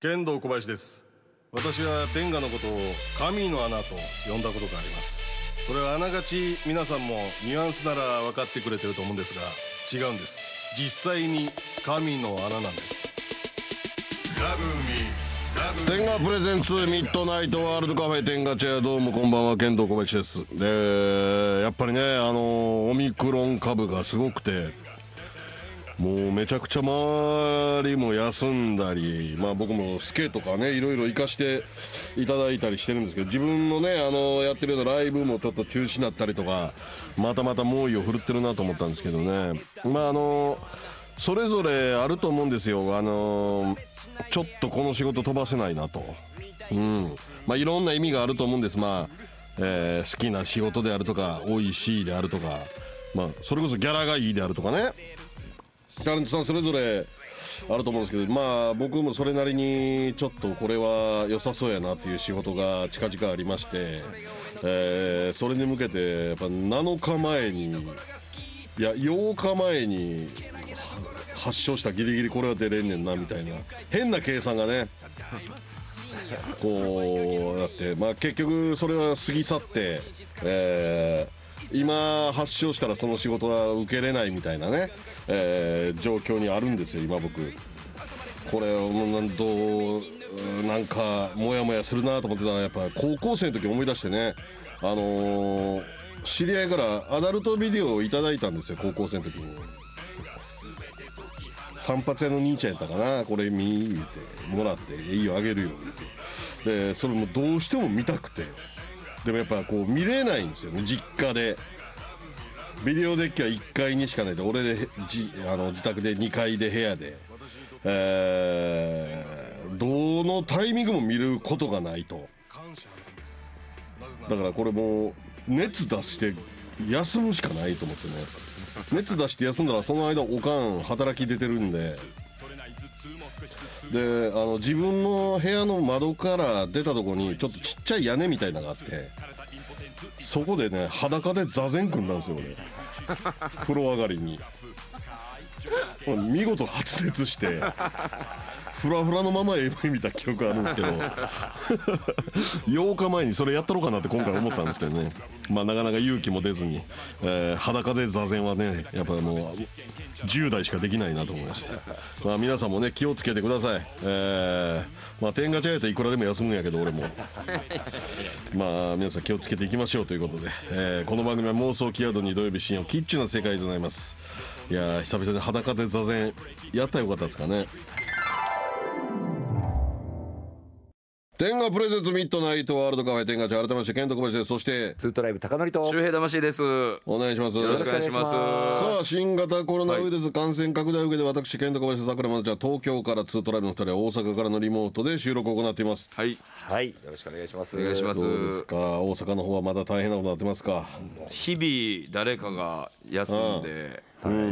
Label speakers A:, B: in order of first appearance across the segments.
A: 剣道小林です私は天下のことを神の穴と呼んだことがありますそれはあながち皆さんもニュアンスなら分かってくれてると思うんですが違うんです実際に神の穴なんです
B: 天下プレゼンツミッドナイトワールドカフェ天下チェアどうもこんばんは剣道小林ですでやっぱりねあのオミクロン株がすごくてもうめちゃくちゃ周りも休んだり、まあ、僕もスケとかねいろいろ行かしていただいたりしてるんですけど自分のねあのやってるようなライブもちょっと中止になったりとかまたまた猛威を振るってるなと思ったんですけどねまああのそれぞれあると思うんですよあのちょっとこの仕事飛ばせないなと。うんまあ、いろんな意味があると思うんです、まあえー好きな仕事であるとかおいしいであるとか、まあ、それこそギャラがいいであるとかねタレントさんそれぞれあると思うんですけどまあ僕もそれなりにちょっとこれは良さそうやなっていう仕事が近々ありまして、えーそれに向けてやっぱ7日前にいや8日前には発症したギリギリこれは出れんねんなみたいな変な計算がねこうやって、まあ、結局それは過ぎ去って、えー今発症したらその仕事は受けれないみたいなね、えー状況にあるんですよ今僕これをなんどうなんかモヤモヤするなと思ってたらやっぱ高校生の時思い出してねあのー知り合いからアダルトビデオをいただいたんですよ高校生の時に散髪屋の兄ちゃんやったかなこれ見に行ってもらっていいよあげるよでそれもどうしても見たくてでもやっぱこう見れないんですよね実家でビデオデッキは1階にしかないで俺でじあの自宅で2階で部屋でえーどのタイミングも見ることがないとだからこれもう熱出して休むしかないと思ってね熱出して休んだらその間おかん働き出てるんでであの自分の部屋の窓から出たとこにちょっとちっちゃい屋根みたいなのがあってそこでね裸で座禅組んだんですよ俺 風呂上がりに見事発熱してフラフラのまま AV 見た記憶あるんですけど8日前にそれやったろうかなって今回思ったんですけどねまあなかなか勇気も出ずに、えー裸で座禅はねやっぱもう10代しかできないなと思いました、まあ、皆さんもね気をつけてくださいえーまあ天下茶屋っていくらでも休むんやけど俺もまあ皆さん気をつけていきましょうということで、えーこの番組は妄想キアドに土曜日深夜をキッチュな世界でございますいやー久々に裸で座禅やったらよかったですかね天下プレゼンツミッドナイトワールドカフェ天下茶改めまして健徳林ですそして
C: ツートライブ高則と
D: 周平魂です。よ
B: お願いします
D: ろしくお願いします。
B: さあ新型コロナウイルス感染拡大を受けて私健太小林桜間ちゃん東京からツートライブの2人は大阪からのリモートで収録を行っています
D: はい、
C: はいよろしくお願いします
D: お願いします
B: ど。うですか大阪の方はまだ大変なことになってますか
D: 日々誰かが休んで、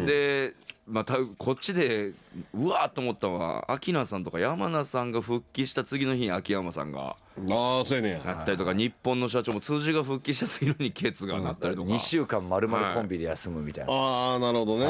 D: で、またこっちでうわーっと思ったのは、秋名さんとか山名さんが復帰した次の日に秋山さんが
B: ああそうやねんや
D: なったりとか、日本の社長も通じが復帰した次の日にケツがなったりとか。
C: 2週間まるまるコンビで休むみたいな、
B: ああなるほどね、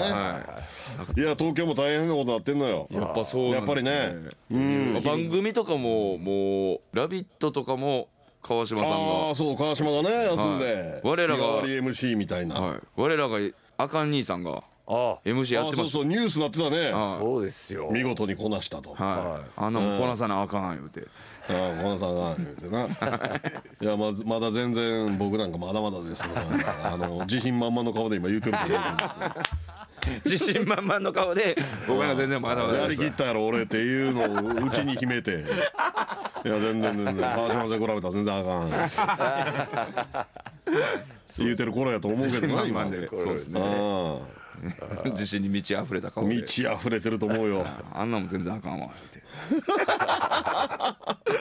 B: い、や東京も大変なことになってんのよ
D: やっぱそうなんです、ね、
B: やっぱりね
D: うん番組とかももう「ラビット!」とかも川島さんが
B: ああそう川島がね休んで、
D: はい我ら
B: 日
D: が
B: 替わり MC みたいな、
D: はい、我らがあかん兄さんが
C: あ
D: MC
B: あ
D: やっ
B: あ
D: て
B: そう
D: ました
B: そうニュースなってたね、
C: あそうですよ
B: 見事にこなしたと、
D: はい、あのこなさなあかん言うて
B: ああ小野さんが言うてないやまずまだ全然僕なんかまだまだですあの自信満々の顔で今言うてるけど
D: 自信満々の顔で僕らが全然まだまだ
B: やり
D: です
B: きったやろ俺っていうのをうちに秘めていや全然全然川島さんに比べたら全然あかん言うてる頃やと思うけ
D: 自
B: ど
D: 信
B: な
D: 満
B: 今
D: 々でそうですね
B: あ
D: 自信に満ち溢れた
B: あ
D: 顔で
B: 満ち溢れてると思うよ
D: あんなもん全然あかんわ言うて
B: あ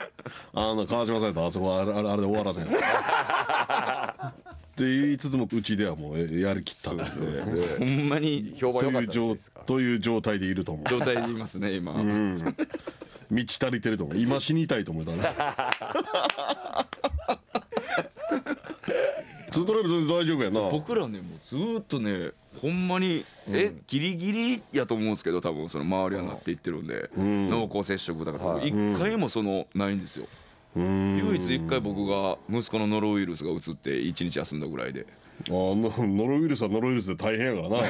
B: の川島さんやったらあそこはあれあれあれで終わらせんって言いつつもうちではもうやりきったんですね
D: ほんまに
C: 評判
B: と
C: 良かっ
B: いう
C: たん
B: 状
C: ですか
B: という状態でいると思う
D: 状態にいますね今、
B: 満ち足りてると思う今死にたいと思うた ねツートライブ全然大丈夫やな
D: 僕らねもうずーっとねほんまにえギリギリやと思うんですけど多分その周りはなっていってるんで濃厚接触だから
C: はい
D: 一回もそのないんですよ唯一一回僕が息子のノロウイルスがうつって一日休んだぐらいで
B: あのノロウイルスはノロウイルスで大変やからな
D: はい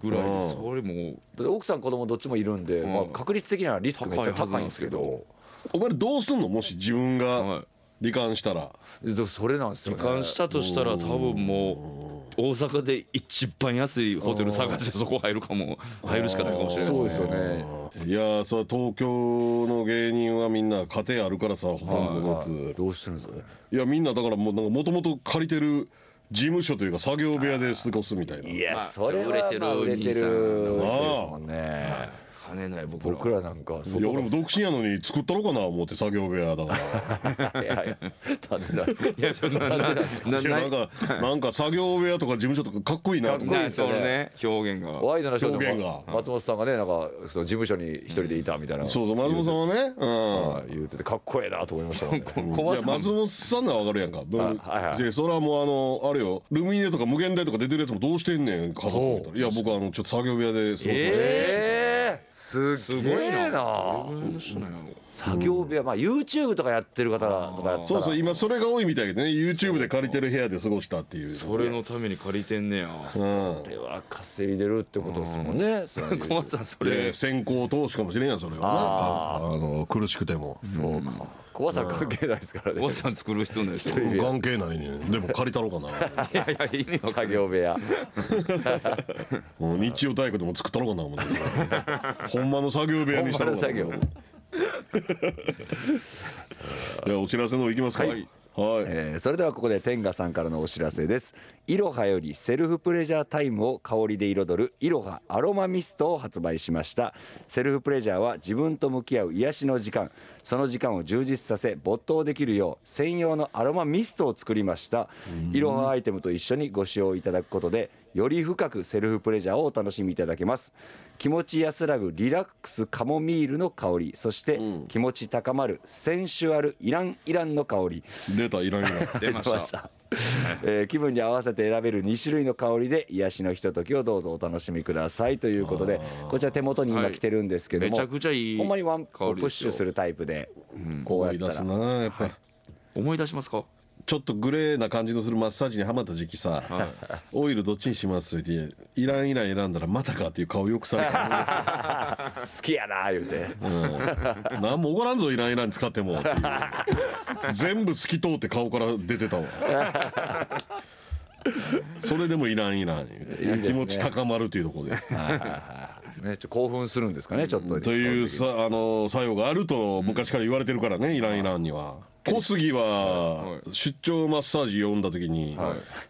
D: ぐらいでそれも
C: だって奥さん子供どっちもいるんで、
D: ん
C: まあ、確率的にはリスクめっちゃ高いんですけど
B: お前どうすんのもし自分
D: はい
B: が罹患したら、
C: でそれなんですよ
D: 罹
C: ね
D: 患したとしたら多分もう大阪で一番安いホテル探してそこ入るかも入るしかないかもしれないです
C: そう
D: ね
C: ですよね
B: いやーそれは東京の芸人はみんな家庭あるからさほとんどのやつ、
C: どうしてるんですかね
B: いやみんなだからもうなんかもともと借りてる事務所というか作業部屋で過ごすみたいない
C: や
D: まあ
C: それはまあ
D: そ
C: 売れ
D: れ売れ
C: て
D: てる
C: る人です
D: お
C: もんね
D: 跳ねない僕ら
C: 僕らなんか
B: いや
C: 外
B: 俺も独身やのに作ったろかな思って作業部屋だから
C: いやいやなんでなんですか
D: いやそんなななない
B: やなんかなんか作業部屋とか事務所とかかっこいいなと思っ
C: かっこいい
B: て
D: なそのね表現が
C: ワイドなショーでも
B: 表現が
C: 松本さんがねなんかその事務所に一人でいたみたいな
B: そうそう松本さんはねうん
C: はい言うててかっこええなと思いましたもんね
B: いや松本さんならわかるやんか、どう
C: あはいはい
B: でそれはもうあのあれよルミネとか無限大とか出てるやつもどうしてんねん家族みたいないや僕あのちょっと作業部屋で過ごしてました
C: ええす
D: す
C: げ
D: ごい
C: え
D: な
C: な作業部屋まあ YouTube とかやってる方とかやったら
B: そうそう今それが多いみたいでね YouTube で借りてる部屋で過ごしたっていう
D: それのために借りてんねや
B: うん
C: これは稼いでるってことですもんねその YouTube
D: 小松さんそ
B: いやい
D: れ
B: や先行投資かもしれんやんそれはな
C: あ
B: あの苦しくても
C: そうか小松さん関係ないですから
D: 小
C: ね
D: 松さん作る必要ないですよ
C: いや
B: 関係ないねんでも借りたろうかな
D: いやいや意味
C: 作
D: わかんない
C: 業部屋
B: もう日曜体育でも作ったろうかな思って ほんまの作業部屋にしたろうかな
C: ほんまの作
B: じゃあお知らせの方いきますか
D: はい
B: はい
C: えーそれではここで天賀さんからのお知らせですイロハよりセルフプレジャータイムを香りで彩るイロハアロマミストを発売しましたセルフプレジャーは自分と向き合う癒しの時間その時間を充実させ没頭できるよう専用のアロマミストを作りましたイロハアイテムと一緒にご使用いただくことでより深くセルフプレジャーをお楽しみいただけます気持ち安らぐリラックスカモミールの香りそして気持ち高まるセンシュアルイランイランの香り
B: 出たい らんいらん
D: 出ました
C: た、えー気分に合わせて選べる2種類の香りで癒しのひとときをどうぞお楽しみくださいということでこちら手元に今来てるんですけども、
D: はいめちゃくちゃいい
C: ほんまにワンプ
D: 香りですよ
C: ッシュするタイプでこう
B: 思
C: や
B: い
C: っ
B: 出
C: た
B: す
C: ら
B: なやっぱり
D: 思い出しますか
B: ちょっとグレーな感じのするマッサージにハマった時期さ、オイルどっちにしますって言っていらんいらん選んだらまたかっていう顔よくされ た
C: 好きやな言うて
B: うん何も怒らんぞいらんいらん使って もっていう全部透き通って顔から出 てたわそれでもいらんいらん言うて気持ち高まるというところで
C: ねちょ興奮するんですかねちょっと
B: というさあの作用があると昔から言われてるからねイランイランには。小杉は出張マッサージ呼んだ時に、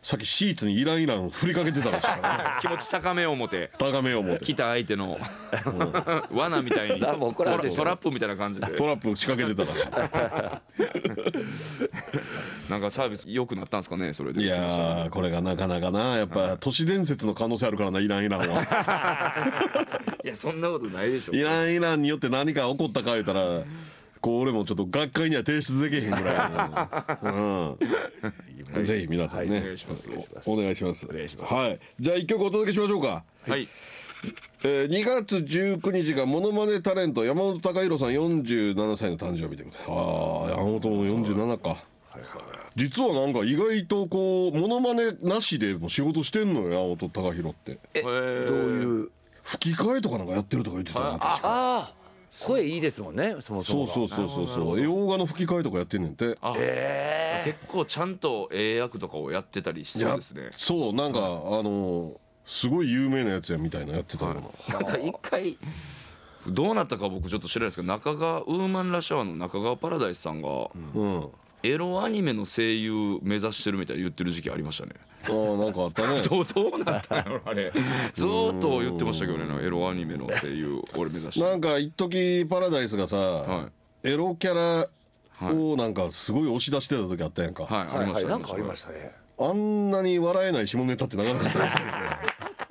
B: さっきシーツにイランイラン振りかけてたらしい からね
D: 気持ち高めを持て
B: 高めを持って
D: 来た相 手の罠みたいに
C: 何も
D: ト
C: 怒らん
D: ラ
C: でしょ
D: トラップみたいな感じで
B: トラップ仕掛けてたらし
D: なんかサービス良くなったんですかねそれで
B: いいやーこれがなかなかなやっぱ都市伝説の可能性あるからなイランイランは
D: いやそんなことないでしょ
B: イランイランによって何か起こったか言うたらこう俺もちょっと学会には提出できへんぐらいの、 うん、ぜひ皆さんね、
D: お願いします
B: お願いします。お願いします。はい。じゃあ一曲お届けしましょうか。
D: はい
B: えー、2月19日がモノマネタレント山本隆弘さん47歳の誕生日ということで。ああ、山本も47か。実はなんか意外とこうモノマネなしでも仕事してんのよ山本隆弘って。
D: えどういう
B: 吹き替えとかなんかやってるとか言ってたな確か。
C: ああ声いいですもんねそもそ
B: そ
C: も
B: うそうそうそうそう。洋画の吹き替えとかやってんねんて。
D: あ結構ちゃんと英役とかをやってたりしそうですね
B: そうなんか、あのーすごい有名なやつやみたいなやってたの。
D: なんか一回どうなったか僕ちょっと知らないですけど中川ウーマンラッシュアワーの中川パラダイスさんが
B: うん。あ
D: エロアニメの声優目指してるみたいに言ってる時期ありましたね
B: あなんかあったね。
D: どうどうなったんやろあれずーっと言ってましたけどねなんかエロアニメの声優俺目指してる
B: なんか一時パラダイスがさ、エロキャラをなんかすごい押し出してた時あったやんか、
D: はいあ
C: は
D: り
C: い
D: ま
C: は
D: し
C: い
D: た
C: なんかありましたね
B: あんなに笑えない下ネタってなかなか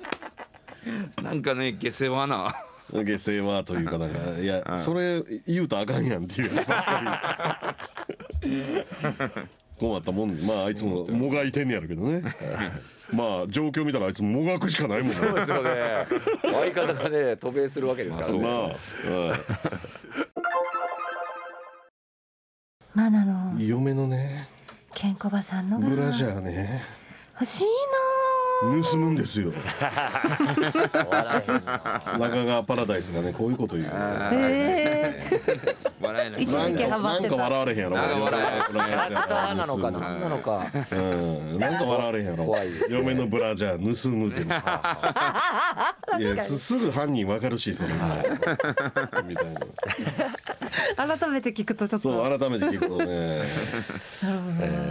B: っ
D: たなんかね下世話な
B: た下世話というかなんかいや、 それ言うたらあかんやんっていうやつばっかりこうなったもんでまああいつももがいてんねやるけどねまあ状況見たらあいつもがくしかないもんね
C: そうですよね相方がね渡米するわけですから
B: そうな
C: ね
B: あ、は
E: マナの
B: い、嫁のね
E: ケンコバさんのが
B: ブラ
E: 欲
B: ジャーね
E: しい
B: 盗むんですよ中川パラダイスがねこういうこと言うね
E: なえ え
D: 笑 えない
E: 一
B: な
E: 時
B: ん
E: 期
B: か
E: ハマ
B: な
E: っ
B: ん
E: て
B: か
E: た
B: 笑われへんやろ
D: なんか笑われへんですね
C: あーなの
B: 盗
C: か
B: む
C: なんなのか
B: うんなんか笑われへんやろ
C: 怖いですね
B: 嫁のブラジャー盗むっていうのいやすすぐ犯人わかるしそれみたいな
E: 改めて聞くとちょっと
B: そう改めて聞くとね
C: え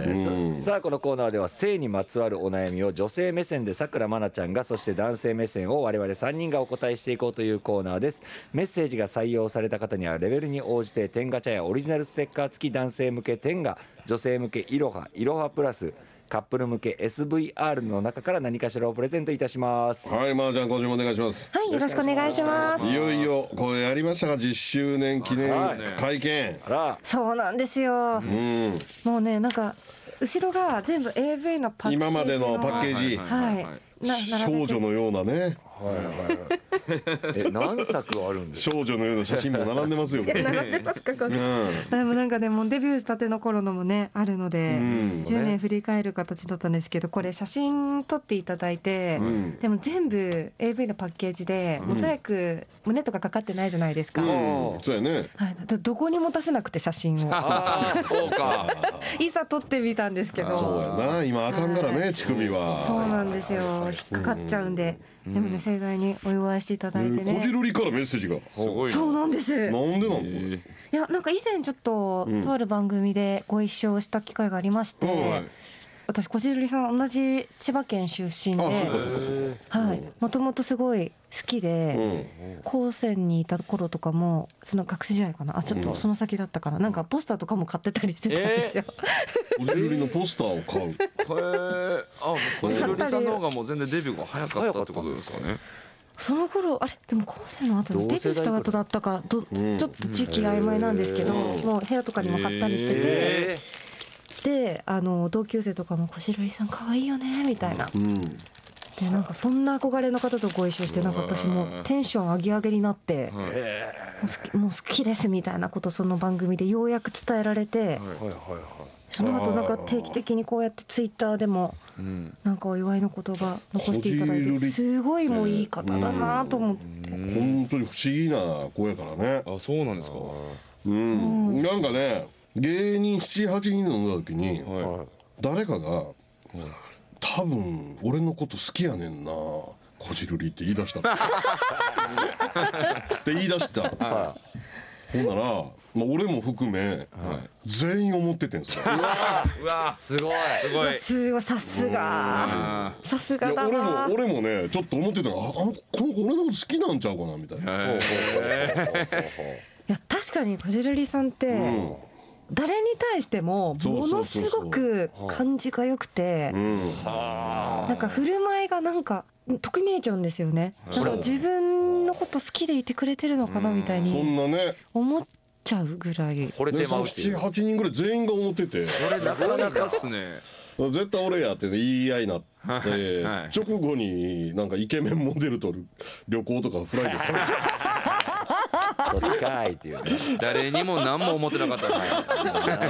C: ーささあこのコーナーでは性にまつわるお悩みを女性目線でさくらまなちゃんがそして男性目線を我々3人がお答えしていこうというコーナーですメッセージが採用された方にはレベルに応じて天ガチャやオリジナルステッカー付き男性向け天ガ女性向けいろはいろはプラスカップル向け SVR の中から何かしらをプレゼントいたします
B: はいまー、ちゃん今週もお願いします
E: はいよろしくお願いします
B: いよいよこれやりましたか10周年記念会見
C: あら
E: そうなんですよ、
B: うん
E: もうねなんか後ろが全部 AV のパッケージ
B: 今までのパッケージ
E: はいな並
B: 少
E: べて
B: 女のようなね
C: え何作あるんです
B: 少女のような写真も並んでますよこれ
E: 並んでますかこ
B: う
E: れ
B: ん
E: でもなんかねもうデビューしたての頃のもねあるので、
B: ん
E: 10年振り返る形だったんですけどこれ写真撮っていただいて、
B: ん
E: でも全部 AV のパッケージでモザイク、胸とかかかってないじゃないですか、
B: うんそうやね
E: はい、だからどこにも出せなくて写真を
D: あ ーそうか
E: いざ撮ってみたんですけど
B: そうやな今あかんからね乳首
E: そう
B: は
E: なんですよ引っかかっちゃうんで、でもね盛大にお祝いしていただいて
B: こ
E: ね
B: じ、るりからメッセージが
D: すごい
E: そうなんです
B: なんでなんこれ
E: いやなんか以前ちょっと、とある番組でご一緒した機会がありまして、私こじるりさん同じ千葉県出身
B: あそうか
E: で
B: そうかそう
E: はいもともとすごい好き
B: かう
E: で、
B: ん
E: 高専にいた頃とかもその学生時代かなあちょっとその先だったかな、なんかポスターとかも買ってたりしてたんですよ、
B: こじるりのポスターを買う
D: へえあもう小じるりさんの方がもう全然デビューが早かったってことですかね
E: その頃あれでも高専の後に
C: 同
E: デビュ
C: 世代
E: ーした後だったかど、
B: ん
E: ちょっと時期が曖昧なんですけど、もう部屋とかにも貼ったりしてて、であの同級生とかも「こじるりさん可愛いよね」みたいな
B: うん
E: でなんかそんな憧れの方とご一緒してなんか私もうテンション上げ上げになってもう好きもう好きですみたいなことその番組でようやく伝えられてその後なんか定期的にこうやってツイッターでもなんかお祝いの言葉残していただい
B: こじる
E: て
B: り
E: すごいもういい方だなと思って
B: 本当に不思議な子やからね
D: あそうなんですか
B: うんなんかね芸人78人飲んだ時に誰かが「多分俺のこと好きやねんなこじるり」って言い出したのって言い出したほんなら、まあ、俺も含め全員思っててんすよ
D: うわす
C: すごい
D: ごい
E: すごいさすがさす
B: い
E: が
B: や
E: だ
B: 俺も
E: な
B: 俺もねちょっと思ってたのああのこの子俺のこと好きなんちゃうかなみたいな、
E: いや確かにこじるりさんって、
B: うん
E: 誰に対しても
B: そう
E: も
B: そう
E: の
B: そう
E: す
B: そう
E: ごく感じが良くて
B: うん、
E: なんか振る舞いがなんか特見えちゃうんですよねなんか自分のこと好きでいてくれてるのかなみたい
B: そん
E: に
B: なね
E: 思っちゃうぐらい
C: これ
B: で
C: 手間をして
B: 78人ぐらい全員が思ってて
D: これなかなかっすね
B: 絶対俺やって言い合いになって、
D: はい
B: 直後になんかイケメンモデルと旅行とかフライトされて
C: そっちかい っていうね
D: 誰にも何も思ってなかったで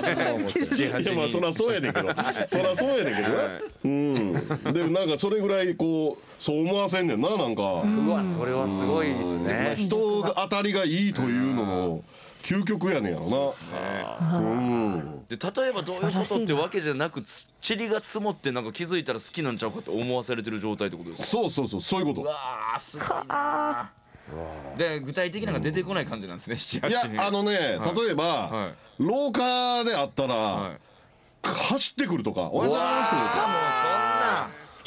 D: すね
B: い やまあ
D: 78
B: そ
D: 人
B: りゃそうやねんけどそりゃそうやねんけどね、
D: はい
B: うんでもなんかそれぐらいこうそう思わせんねんななんか、
C: うわそれはすごいです
B: まあ
C: ね
B: 人が当たりがいいというのも究極やねんやろな、うん、
D: で例えばどういうことってわけじゃなくつ塵が積もってなんか気づいたら好きなんちゃうかって思わされてる状態ってことですか
B: そうそうそうそういうこ
D: うわーすごいな
E: あ
D: で具体的なのが出てこない感じなんですね
B: といや
D: 78人
B: あのね、
D: はい
B: 例えば、
D: はい
B: 廊下であったら、
D: はい
B: 走ってくるとか「おはようございます」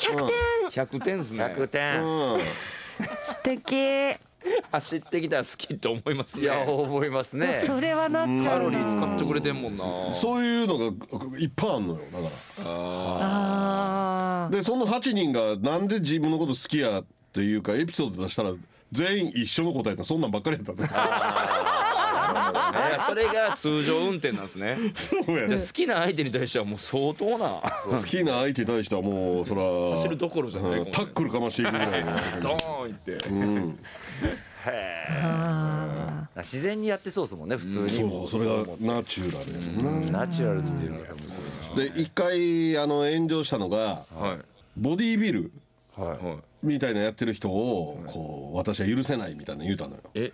B: ってこと
D: あ
E: 100点
D: 100点っすね
C: 100点
E: 素敵
D: 走ってきたら好きって思いますね
C: いや思いますね
E: それはなっちゃ
D: カ
E: う
D: ロリー使
E: な
D: ってくれてんもんな
B: そういうのがいっぱいあんのよだから
E: あ
B: でその8人がなんで自分のこと好きやっていうかエピソード出したら全員一緒の答えだそんなんばっかりやったね
D: いやそれが通常運転なんですね
B: そうやね
D: で好きな相手に対してはもう相当な
B: 好きな相手に対してはもうそら
D: 走るどころじゃない
B: うんタックルかましていくぐらいの
D: ドーンいって
B: うん
E: あ
C: 自然にやってそうですもんね普通に
B: そうそれがナチュラルやもんな
C: ナチュラルっていうのが多分そう
B: で一回あの炎上したのが
D: はい
B: ボディービル
D: はい
B: みたいなやってる人をこう私は許せないみたいなの言うたのよ
D: え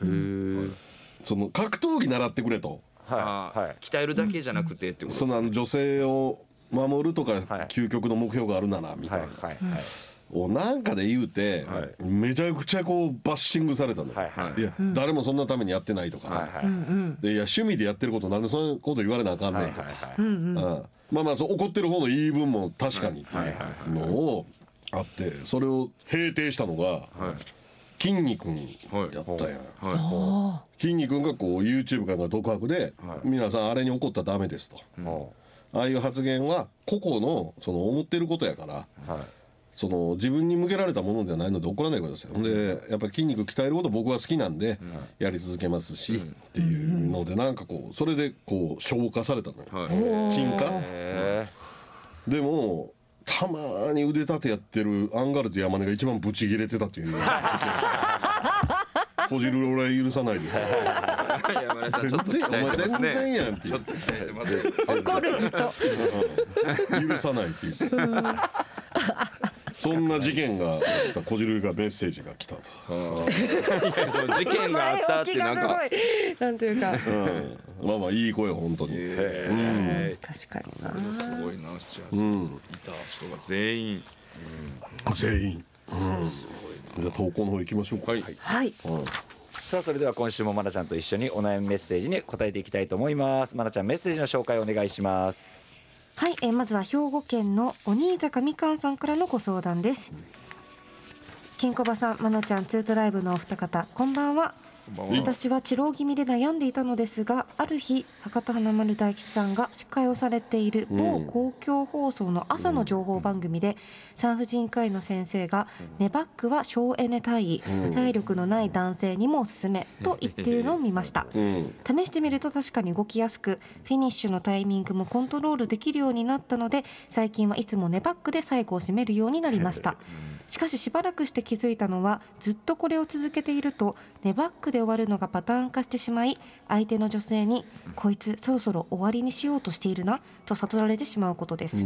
B: その格闘技習ってくれと
D: あ
C: はいはい
D: 鍛えるだけじゃなくてってこと
B: そのあの女性を守るとか
C: はい
B: 究極の目標があるならみた
C: はいい
B: な
C: はい
B: をなんかで言うてめちゃくちゃこうバッシングされたのよ
C: はいはい
B: いや誰もそんなためにやってないと
C: はい
B: か
C: はいはい
B: でいや趣味でやってることなんでそういうこと言われなあかんねんとかうんまあまあそう怒ってる方の言い分も確かにっていうのをあってそれを平定したのが筋肉君やったやん。
E: あ
B: 筋肉がこう YouTube からの独白で、皆さんあれに怒ったらダメですと、
C: も
B: ああいう発言は個々のその思ってることやから
C: うはい
B: その自分に向けられたものではないので怒らないでくださいほんでやっぱり筋肉鍛えること僕は好きなんで、やり続けますし、っていうのでなんかこうそれでこう消化されたのよ、
D: はい
B: 沈下
C: へ
B: でもたまに腕立てやってるアンガールズ山根が一番ブチギレてたっていう 事件こじる俺は許さないですよ
D: 山根さんちょっと
B: 全然お
D: 鍛
B: 前
D: えてます
B: 全
D: ね
B: 然やんって
D: ちょっと鍛えてますね
E: あ怒る人
B: 許さないっていうそんな事件があったこじるりがメッセージが来たと
D: い やその事件があったってなんか
E: 前置きがすごいなんていうか
B: まあまあいい声本当に、
E: 確かにな
D: すごいなじゃあ、うん、いた人が全員
B: 全員、うん、じゃあ投稿の方行きましょうかはい、
E: はい
C: さあそれでは今週もまなちゃんと一緒にお悩みメッセージに答えていきたいと思いますまなちゃんメッセージの紹介お願いします
E: はい、えーまずは兵庫県のお兄坂みかんさんからのご相談です。ケンコバさん、まなちゃん、ツートライブのお二方、こんばんは。私は治療気味で悩んでいたのですがある日博多華丸大吉さんが司会をされている某公共放送の朝の情報番組で産婦人科医の先生が「ネバックは省エネ体位体力のない男性にもおすすめ」と言っているのを見ました。
B: うん、
E: 試してみると確かに動きやすくフィニッシュのタイミングもコントロールできるようになったので最近はいつもネバックで最後を締めるようになりましたしかししばらくして気づいたのはずっとこれを続けているとネバックで終わるのがパターン化してしまい相手の女性に「こいつそろそろ終わりにしようとしているな」と悟られてしまうことです、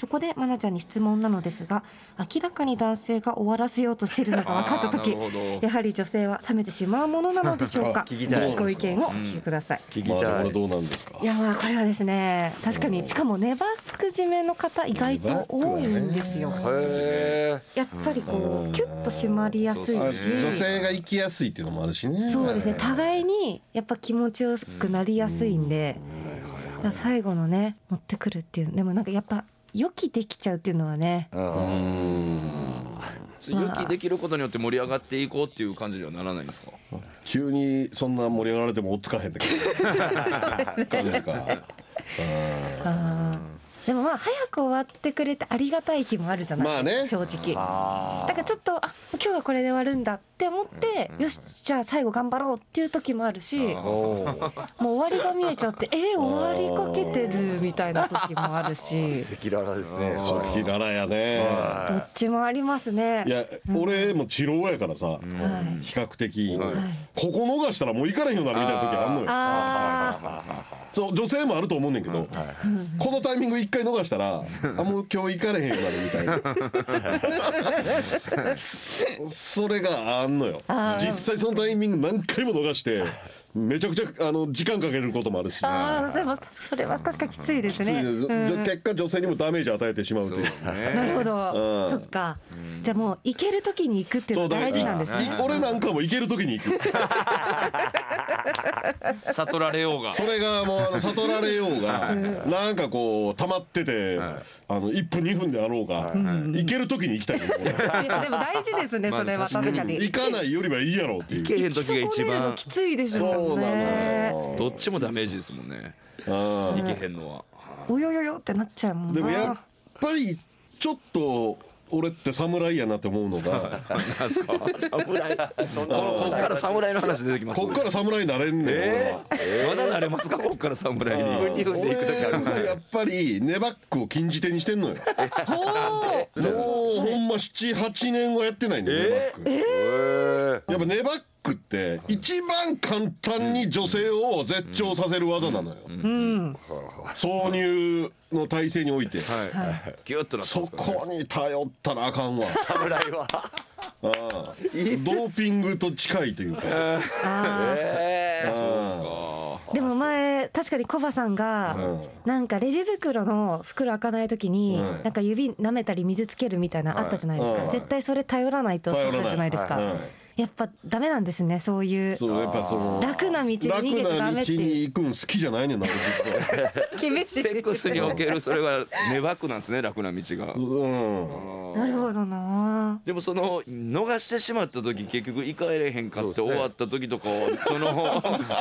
E: そこでマナちゃんに質問なのですが明らかに男性が終わらせようとしているのが分かった時
D: あーなるほど
E: やはり女性は冷めてしまうものなのでしょうか
C: 聞きたい
E: ご意見をお聞きください、
C: 聞き
B: まあじゃあ
C: た
B: これ
C: い
B: どうなんですか
E: いやーこれはですね確かにしかもネバック締めの方意外と多いんですよ、
C: へ
E: やっぱりこうキュッと締まりやすいし、
D: うん
B: 女
D: そうですね
B: 性が行きやすいっていうのもあるしね
E: そうですね互いにやっぱ気持ちよくなりやすいんで、最後のね持ってくるっていうでもなんかやっぱ予期できちゃうっていうのはね
C: えうん
D: 予期できることによって盛り上がっていこうっていう感じにはならないんですか
B: 急にそんな盛り上がられても追っつかへんだけど感 じか
E: あーでもまあ早く終わってくれてありがたい日もあるじゃない、
B: まあね
E: 正直
C: あ
E: だからちょっとあ今日はこれで終わるんだって思って、よしじゃあ最後頑張ろうっていう時もあるし
C: ーおー
E: もう終わりが見えちゃってえー、終わりかけてるみたいな時もあ るし
C: 赤裸々ですね
B: 赤裸々やね
E: どっちもありますね
B: いや俺も治療やからさ、
E: はい
B: 比較的、
E: はい
B: ここ逃したらもう行かれへんようになるみたいな時あんのよ
E: あー
B: そう女性もあると思うねんけど、このタイミング一回逃したらあもう今日行かれへんようになるみたいな それがあんのよ
E: あー
B: 実際そのタイミング何回も逃してめちゃくちゃあの時間かけることもあるし
E: あーでもそれは確かきついですね、
B: つい
E: うん
B: に結果女性にもダメージ与えてしまうという
E: なる
D: ね
E: ほど、
B: うん
E: そっかじゃあもう行ける時に行くってい
B: そ
E: うの
B: う
E: が
B: だ
E: 大事なんですね
B: い俺なんかも行ける時に行く
D: 悟られようが
B: それがもうあの悟られようがなんかこう溜まっててあの1分2分であろうが行ける時に行きたいよ俺
E: いやでも大事ですねそれは確かに
B: 行かないよりはいいやろっていう
D: 行けへん時が
E: 行
D: 一
E: き損ねるの
D: 番
E: きついです
B: そ
E: も
B: うんな
E: ね
B: のよ
D: どっちもダメージですもんね
B: あ
D: いけへんのは
E: およよよってなっちゃうもん
B: ーで
E: な
B: もやっぱりちょっと俺って侍やなって思うのが
D: なんすか侍このこっから侍の話出てきます
B: こっから侍になれんねん、
D: えーまだなれますか こっから侍に
B: 俺はうん俺はやっぱりネバックを禁じ手にしてんのよもうほんま78年はやってないんだよネバック、やっぱネバックって一番簡単に女性を絶頂させる技なのよ、
E: うん
B: 挿入の体勢において、
D: ギュッとなって
B: そ
D: ますからね
B: こに頼ったらあかんわ
C: 侍は
B: ああドーピングと近いというか
E: あーでも前確かにコバさんがなんかレジ袋の袋開かない時に
B: うん
E: なんか指舐めたり水つけるみたいなのあったじゃないです
B: うん
E: か絶対それ頼らないとってあったじゃないです
B: 頼らない
E: か
B: はい
E: やっぱダメなんですねそういう
B: そうやっぱその
E: 楽な道に
B: 楽
E: 逃げちゃダ
B: な
E: メって
B: 道
E: いう
B: に行くん好きじゃないねんな俺実は
E: 厳しい
D: セックスにおけるそれがネバックなんですね楽な道が
B: うん
E: なるほどな
D: でもその逃してしまった時結局行かれへんかって終わった時とか その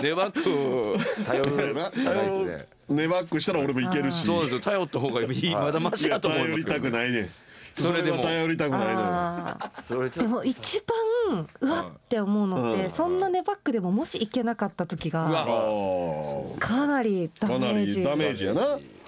D: ネバック
C: 頼る頼るですね
B: ネバックしたら俺もいけるし
D: そうですよ頼った方がいいまだマシだと思い
B: 頼
D: ま
B: り
D: すけ
B: た
D: ど
B: く
D: ね
B: ないねんそ
D: それ
B: れ
D: でも
B: は頼りたくないのよ
E: あー
C: それち
E: で
C: ょっ
E: も一番うわって思うのっ
B: うん
E: てそんなネバックでももし行けなかった時
D: う
E: が
D: わ
B: あ
E: かなりダ
B: あ
E: メ
B: かな
E: ー
B: り
E: ジ
B: ダメージやな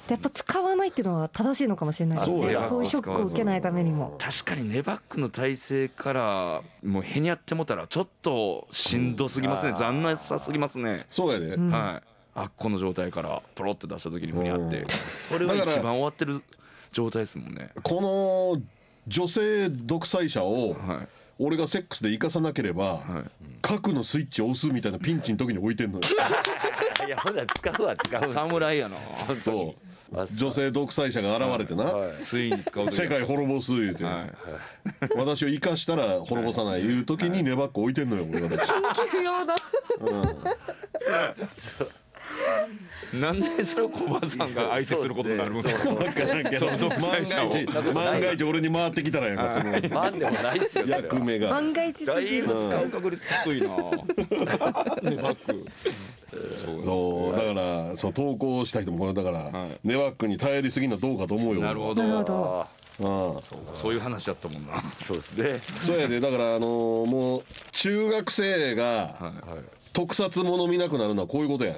E: やっぱ使わないっていうのは正しいのかもしれないです
B: そう
E: ね
B: や
E: そういうショックを受けないためにも
D: 確かにネバックの体勢からもうへにゃってもたらちょっとしんどすぎますね残念さすぎますね
B: そうやで
D: はいあっこの状態からプロって出した時にむにゃってそれは
B: だから
D: 一番終わってる状態ですもんね
B: この女性独裁者を
D: はい
B: 俺がセックスで生かさなければ核のスイッチを押すみたいなピンチの時に置いてんのよ
C: といやほんなら使うわ使うわ
D: 侍やな
B: そう
C: あそう
B: 女性独裁者が現れてな
C: はい
D: ついに使う時
B: 世界滅ぼす言うて、
D: はい
B: 私を生かしたら滅ぼさないいう時にネバック置いてんのよ俺はだって
E: 不要だ
D: なんでそれを小林さんが相手することになるんですか。
B: わからんけど万が
D: 裁者を
B: 一万が一俺に回ってきたらやんかその
C: まんでもないですよそれは
B: 役目が
E: 万が一す
D: だ
E: ぎ
D: い
E: る
D: ぶ使う確率低いな。
B: そうだからそう投稿した人もこれだから、ネバックに頼りすぎなどうかと思うよ
D: なるほ
E: なるほ
D: ど。
E: ど
B: ど、うん、
D: そういう話だったもんな。
C: そうですね
B: そうやでだからあのーもう中学生が特撮もの見なくなるのはこういうことやん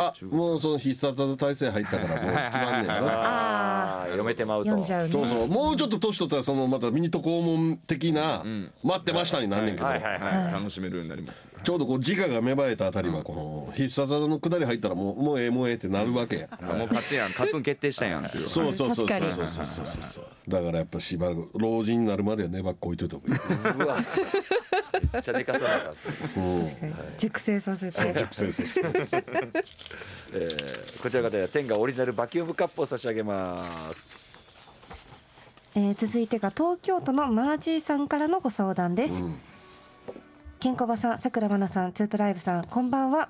B: あもうその必殺技体制入ったからもう決まんねやな
C: ああ読めてまうと
E: 読んじゃう
B: そう
E: ね
B: そうもうちょっと年取ったらそのまたミニトコ門的な「待ってました」になんねんけど
C: はいはいはい
D: はい、楽しめるようになります。
B: ちょうどこう自我が芽生えたあたりはこの必殺技の下り入ったらもうもうええもうええってなるわけや
D: もう勝つやん、勝つん決定したやんっていう。
B: そうそうそう
E: 確か
B: そう
E: に
B: そうそうそうそうだからやっぱしばらく老人になるまではねバック置いといた方がいい
C: うわめっちゃでかそうな感じ
E: 熟成させて
B: 熟成させて
C: えーこちらの方は天下オリジナルバキュームカップを差し上げます
E: えー続いてが東京都のマージーさんからのご相談です、ケンコバさん、さくらまなさん、ツートライブさん、こんばんは。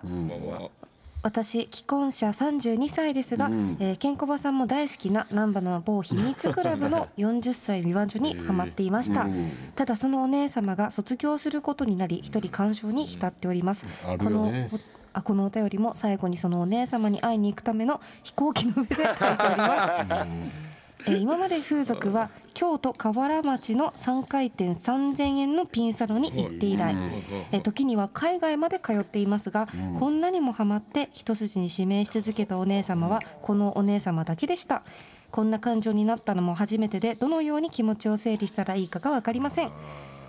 E: 私、既婚者32歳ですが、えーケンコバさんも大好きな難波の某秘密クラ ブの40歳未満女にハマっていました。ただ、そのお姉様が卒業することになり、一人鑑賞に浸っております。
B: ある
E: こ
B: よ
E: の
B: ね
E: おあこのお便りも最後にそのお姉様に会いに行くための飛行機の上で書いてあります。えー今まで風俗は京都河原町の3回転3000円のピンサロに行って以来、えー時には海外まで通っていますが、こんなにもハマって一筋に指名し続けたお姉様はこのお姉様だけでしたこんな感情になったのも初めてでどのように気持ちを整理したらいいかが分かりません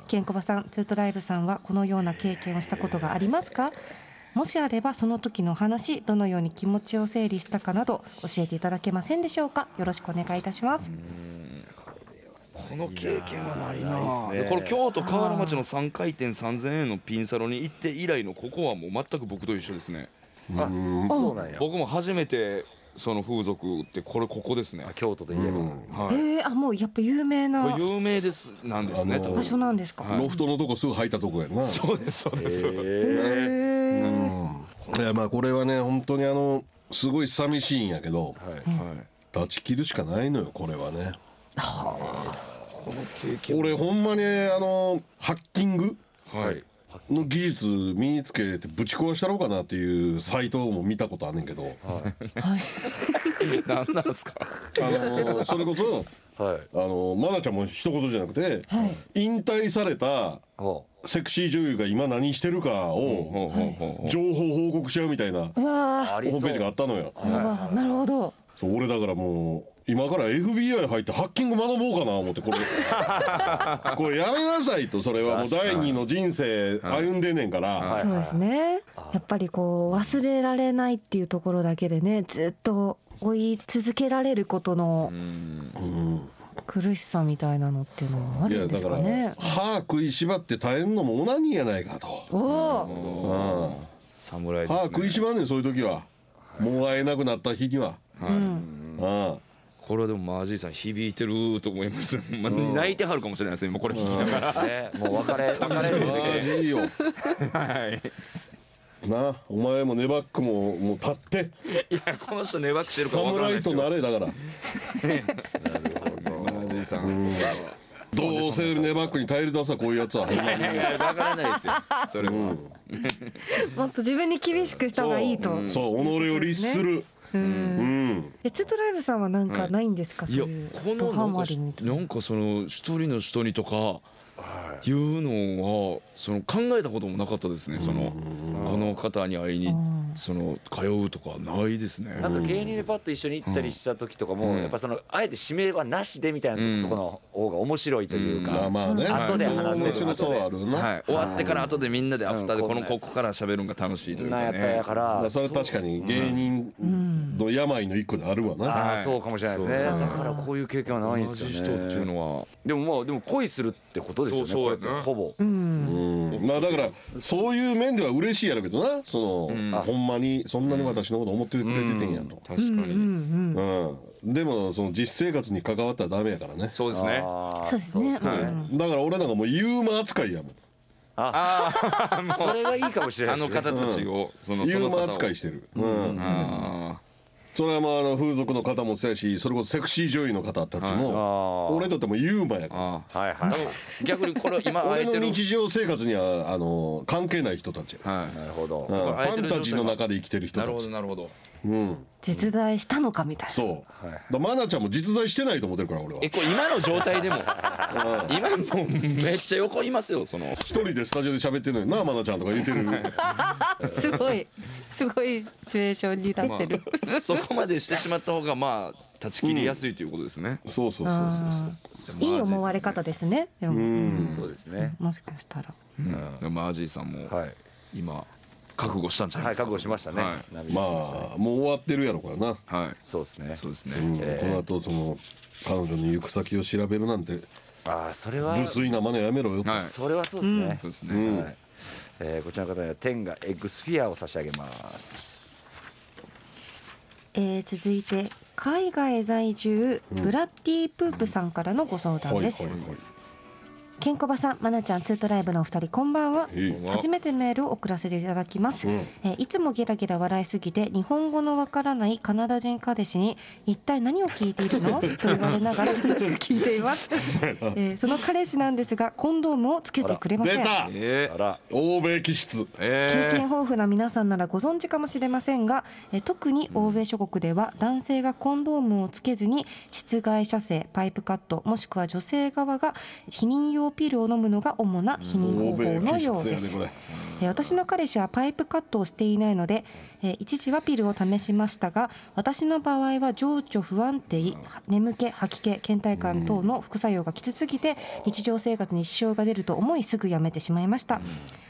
E: ケンコバさんツートライブさんはこのような経験をしたことがありますかもしあればその時の話どのように気持ちを整理したかなど教えていただけませんでしょうかよろしくお願いいたします
D: この経験はないな。
C: ないっすね
D: でこの京都河原町の三回転三千円のピンサロに行って以来のここはもう全く僕と一緒ですね。
C: あそうなんや
D: 僕も初めてその風俗ってこれここですね。
C: あ京都といえば
D: はい。
E: えー、あもうやっぱ有名
D: こ
E: な
D: れ有名ですなんですね。多分
E: 場所なんですか、
B: ロフトのとこすぐ入ったとこやな
D: そうですそうです。
E: へー
B: いやまあこれはね本当にあのすごい寂しいんやけど、断ち切るしかないのよこれはね俺ほんまにあのハッキング
D: はい。
B: の技術身につけてぶち壊したろうかなっていうサイトも見たことあんねんけど、
F: はい、
D: 何なんですか
B: あのそれこそ
C: はい
B: あの愛菜ちゃんも一言じゃなくて、
F: はい
B: 引退された
C: ほ
B: セクシー女優が今何してるかを
D: ほうほうほう
B: 情報報告し合うみたいな
F: う
C: う
F: わ
C: あ
B: ホー
C: り
B: ム
C: そう
B: ページがあったのよ。
F: ーやばいなるほど
B: そう俺だからもう今から FBI 入ってハッキング学ぼうかな思ってこれこれやめなさいとそれはもう第二の人生歩んでんねんから、
C: はい
F: そうですねやっぱりこう忘れられないっていうところだけでねずっと追い続けられることの苦しさみたいなのっていうのもあ
B: い
F: る
B: や
F: んで
B: だ
F: す
B: か
F: からね
B: 歯食いしばって耐えんのもオナニーやないかと、
F: おお
B: うん、歯
D: 侍ですね
B: 食いしばんねんそういう時は、もう会えなくなった日には、うん
D: これはでもマジーさん響いてると思います、まあ、泣いてはるかもしれないですね今これ聞きながら
C: うねもう別れ別れる時
B: マジよ
D: はい
B: なお前もネバックももう立って
D: いやこの人粘ってるか分からな
B: 侍
D: いです
B: と
D: よ
B: なれだから
D: マジーさん
B: どうせネバックに耐えるださこういうやつはほんまに
D: いや分からないですよそれは、
F: もっと自分に厳しくした方がいいと
B: そうそう己を律する、うん
F: エツトライブさんはなんかないんですか、
D: いや
F: そういう
D: こ
F: ド
D: の
F: ハ
D: な
F: マ
D: んか
F: りみたいな
D: なんかその一人の人にとかいうのはその考えたこともなかったですねそのこの方に会いに
F: ん
D: その通うとかないですね
C: なんか芸人でパッと一緒に行ったりした時とかも、
D: うん
C: やっぱそのあえて指名はなしでみたいな
D: うん
C: とこの方が面白いというか、
B: まあまあね、
C: うん後で
B: その
C: 話せる
B: 面白さはあるな、
D: はい終わってから後でみんなでアフターで
C: うん
D: このここから喋るのが楽しいという
C: なんや
D: か
C: ったや
D: ね
C: から、
B: それは確かに芸人の病の一個であるわな、
C: あ
D: は
C: あ
D: い
C: そうかもしれないですね
F: そう
C: だからこういう経験はないん
D: 同
C: です
D: じ
C: よね
D: 人っていうのは
C: でもまあでも恋するってことですよね
D: そうそうやな
C: これってほぼ、
F: うん
B: うんまあだからそういう面では嬉しいやろうけどなその、ほんまにそんなに私のこと思ってくれててんやと、
D: 確かに
B: うんでもその実生活に関わったらダメやからね
D: そうですね
C: ああ
F: そうですね
D: はい
F: うん
B: だから俺なんかもうユーマ扱いやもん
C: それはいいかもしれな
D: あ
C: いで
D: の
C: すね
D: 方たちをその
B: ユ
D: そ
B: ー
D: の
B: マ
D: 方を
B: 扱いしてる、うん
D: あ
B: それはまああの風俗の方もそうやしそれこそセクシー女優の方たちも、
C: はいあー
B: 俺だってもうユーマや
D: ー
B: から
D: あ
C: はいはい
D: ー逆にこれ 今会
B: 俺
D: え
B: の
D: てる
B: 日常生活にはあの関係ない人たちや、
D: は
C: なるほど、
B: うん、フ
D: ら
B: ァンタジーの中で生きてる
D: い
B: 人
D: な
B: た
D: るほど
B: ち
D: なるほど
B: うん
F: 実在したのかみたいな
B: そう、だからマナちゃんも実在してないと思ってるから俺は
D: えこれ今の状態でも今もうめっちゃ横いますよその
B: 一人でスタジオで喋ってるのになあマナちゃんとか言ってる
E: すごいすごいシチュエーションになってる、
D: そこまでしてしまった方がまあ断ち切りやすいということですね、
B: そうそうそうそう
F: あーいい思われ方ですねでも
C: そうですね
E: もしかしたら
D: でもアージーさんも
C: はい
D: 今覚悟したんじゃな
C: は
D: いで
C: い
D: すか、
C: 覚悟しましたね、
D: は
B: まあもう終わってるやろからな、
D: はい、
C: そうですね
D: そうですね、
B: うんこの後その彼女の行く先を調べるなんて
C: ああそれは
B: 無粋な真似やめろよと、
D: はい
C: それはそうですね、
D: そうですね、
C: はいえーこちらの方には天がエッグスフィアを差し上げます
E: えー続いて海外在住ブラッディプープさんからのご相談
B: はいは
E: で
B: い
E: す、
B: は
E: ケンコバさん、まなちゃん、ツートライブのお二人、こんばんは。
B: いいい
E: 初めてメールを送らせていただきます、
B: うん
E: えーいつもゲラゲラ笑いすぎて日本語のわからないカナダ人彼氏に一体何を聞いてい るのと言われながら楽しく聞いています、えーその彼氏なんですがコンドームをつけてくれませ
B: 出
E: ん
B: た
D: え
C: あら
B: 欧米気質
D: ー、え
E: 経
D: ー、
E: 験豊富な皆さんならご存知かもしれませんが、えー特に欧米諸国では男性がコンドームをつけずに室外射精パイプカットもしくは女性側が避妊用ピルを飲むのが主な避妊
B: 欧
E: 方
B: 米
E: 法の
B: 気質
E: ようで
B: やですこ。れ
E: えー私の彼氏はパイプカットをしていないので、えー一時はピルを試しましたが私の場合は情緒不安定は眠気吐き気倦怠感等の副作用がきつすぎて日常生活に支障が出ると思いすぐやめてしまいました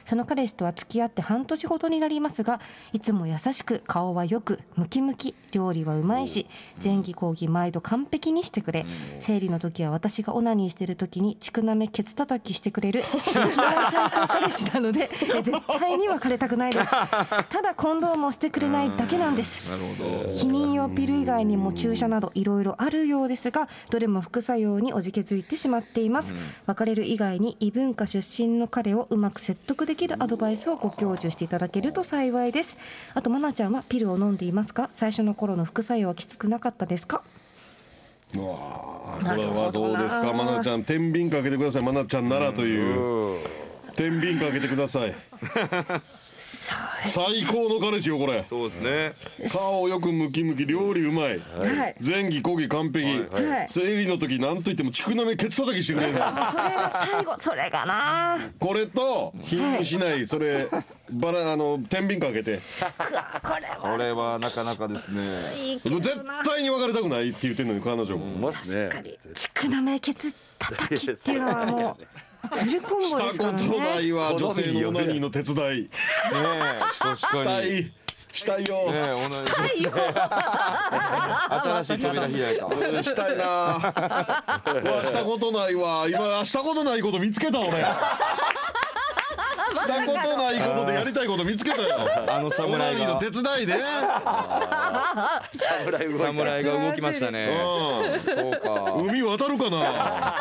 E: その彼氏とは付き合って半年ほどになりますがいつも優しく顔はよくムキムキ料理はうまいし前戯後戯毎度完璧にしてくれ生理の時は私がオナニーしてる時に乳首ケツ叩きしてくれる歴代最高彼氏なのでえ絶対に別れたくない ですただコンドームをしてくれないだけなんです
D: なるほど
E: 避妊用ピル以外にも注射などいろいろあるようですがどれも副作用におじけづいてしまっています別れる以外に異文化出身の彼をうまく説得できるアドバイスをご教授していただけると幸いですあとマナちゃんはピルを飲んでいますか最初の頃の副作用はきつくなかったですか
B: うわあこれはどうですかマナちゃん天秤かけてくださいマナちゃんならという
C: うん
B: 天秤かけてください最高の彼氏よこれ
D: そうですね。
B: 顔よくムキムキ料理うまい
E: はい
B: 前儀後儀完璧
E: はい
B: 生理の時何と言っても乳首ケツ叩きしてくれる
E: あそれが最後それがな
B: これと品にしないそれバラあの天秤かけて
E: これは
D: これはなかなかですね。
E: いいけど
B: 絶
E: な
B: 対に別れたくないって言ってんのに彼女も
C: ますね
E: 確か にちくなめケツ叩きっていうのはもうフルコン
B: し
E: ボ
B: た
E: です
B: こ
E: か
B: と
E: ら
B: な
E: ね
B: いわ女性のオナニーの手伝い
D: ねえ、確
B: し
D: か
B: た
D: に。ね
B: いしたいよ
D: え、同じ。 新しい扉開いたわ。
B: うんしたいな うわしたことないわ今したことないこと見つけた俺したことないことでやりたいこと見つけたよ
D: あの
B: オナ
D: 侍
B: ニーの
D: が
B: 手。伝いで、
C: 侍動いた
D: 侍が動きましたね。そうか。
B: うん、海渡るかな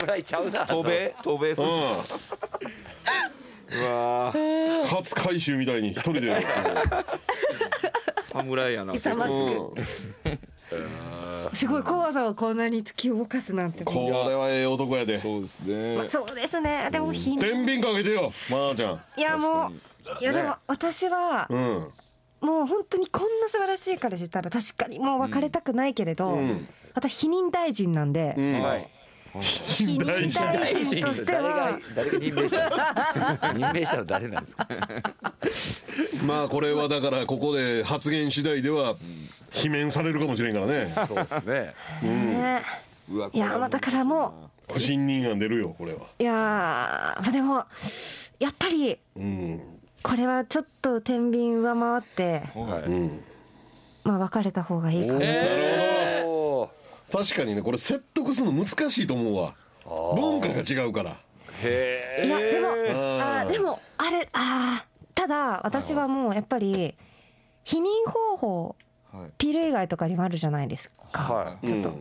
C: 侍ちゃうな
D: 飛べ飛べそう。うわー
B: うん初回収みたいに一人で
D: 侍やな。
E: 勇ましくすごい怖さをこんなに突き動かすなん て
B: これはええ男やで
D: そうですね。
E: そうですねでもひん
B: 天秤かけてよまー、ちゃん
E: いやもういやでも私は
B: うん
E: もう本当にこんな素晴らしい彼氏いたら確かにもう別れたくないけれど、私否認大臣なんで、
B: うん、
C: はい
E: 否認大臣として
C: 誰が
E: は
C: 誰が任命したんですか任命したの誰なんですか
B: まあこれはだからここで発言次第では罷免されるかもしれんからね
C: そうですね
E: ね、
D: うわ
E: いやだからも
B: 不信任案出るよこれは
E: ういやーまあでもやっぱり
B: うん
E: これはちょっと天秤上回って、
B: うん
E: まあ、別れた方がいいかな、
C: おー
B: 確かにねこれ説得するの難しいと思うわ文化が違うから
E: いやでも、
B: ー
E: あーでもあれあーただ私はもうやっぱり避妊方法
D: はい
E: ピル以外とかにもあるじゃないですか、
C: は
E: ちょっと、
B: うん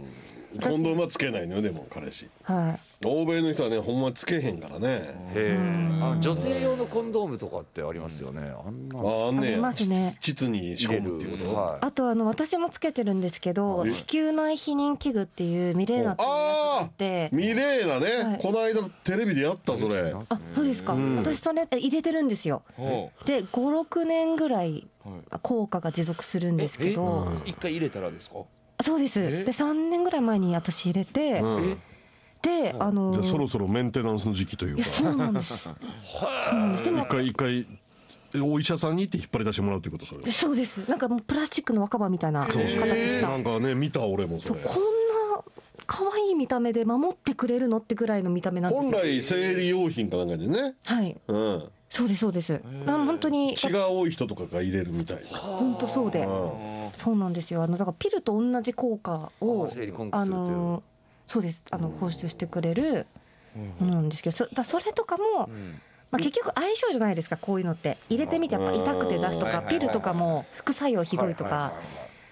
B: コンドームはつけないのよでも彼氏
E: はい
B: 欧米の人はねほんまつけへんからね
C: いへーあの女性用のコンドームとかってありますよねあんな
B: ああんね
E: あり
B: や
E: ますね
B: 膣に仕
C: 入れ
B: 込
C: る
B: むっていうこと
C: はい
E: あとあの私もつけてるんですけど
B: え
E: 子宮内避妊器具っていうミレーナっていうやつがあ
B: あ
E: っ
B: あ
E: て
B: ミレーナ
E: は
B: ね
E: い
B: この間テレビでやったそれ
E: あそうですか、私それえ入れてるんですよ
D: ほ
E: で56年ぐらい
D: はい
E: 効果が持続するんですけど
D: う。一回入れたらですか。
E: そうですで3年ぐらい前に私入れて、
B: うん
E: であの
B: じゃあそ
E: ー
B: ろそろメンテナンスの時期という
E: いや
B: か
E: そうな んですそうなんですでも
B: 一回一回お医者さんに行って引っ張り出してもらうということそれは
E: そうですなんかもうプラスチックの若葉みたいな形した、
B: なんかね見た俺もそれ
E: こんな可愛い見た目で守ってくれるのってぐらいの見た目なんです
B: 本
E: よ
B: 来生理用品かなんかでね
E: はい
B: うん
E: そうですそうですな本当に
B: 血が多い人とかが入れるみたいな
E: 本当そうで
B: うん
E: そうなんですよあのだからピルと同じ効果を
C: あ生理コンク
E: あ
C: するという
E: のそうですあの放出してくれるものなんですけどそだそれとかも、まあ、結局相性じゃないですかこういうのって入れてみてやっぱ痛くて出す
D: う
E: と
D: んはいはい
E: か
D: はい
E: ピルとかも副作用ひどいとか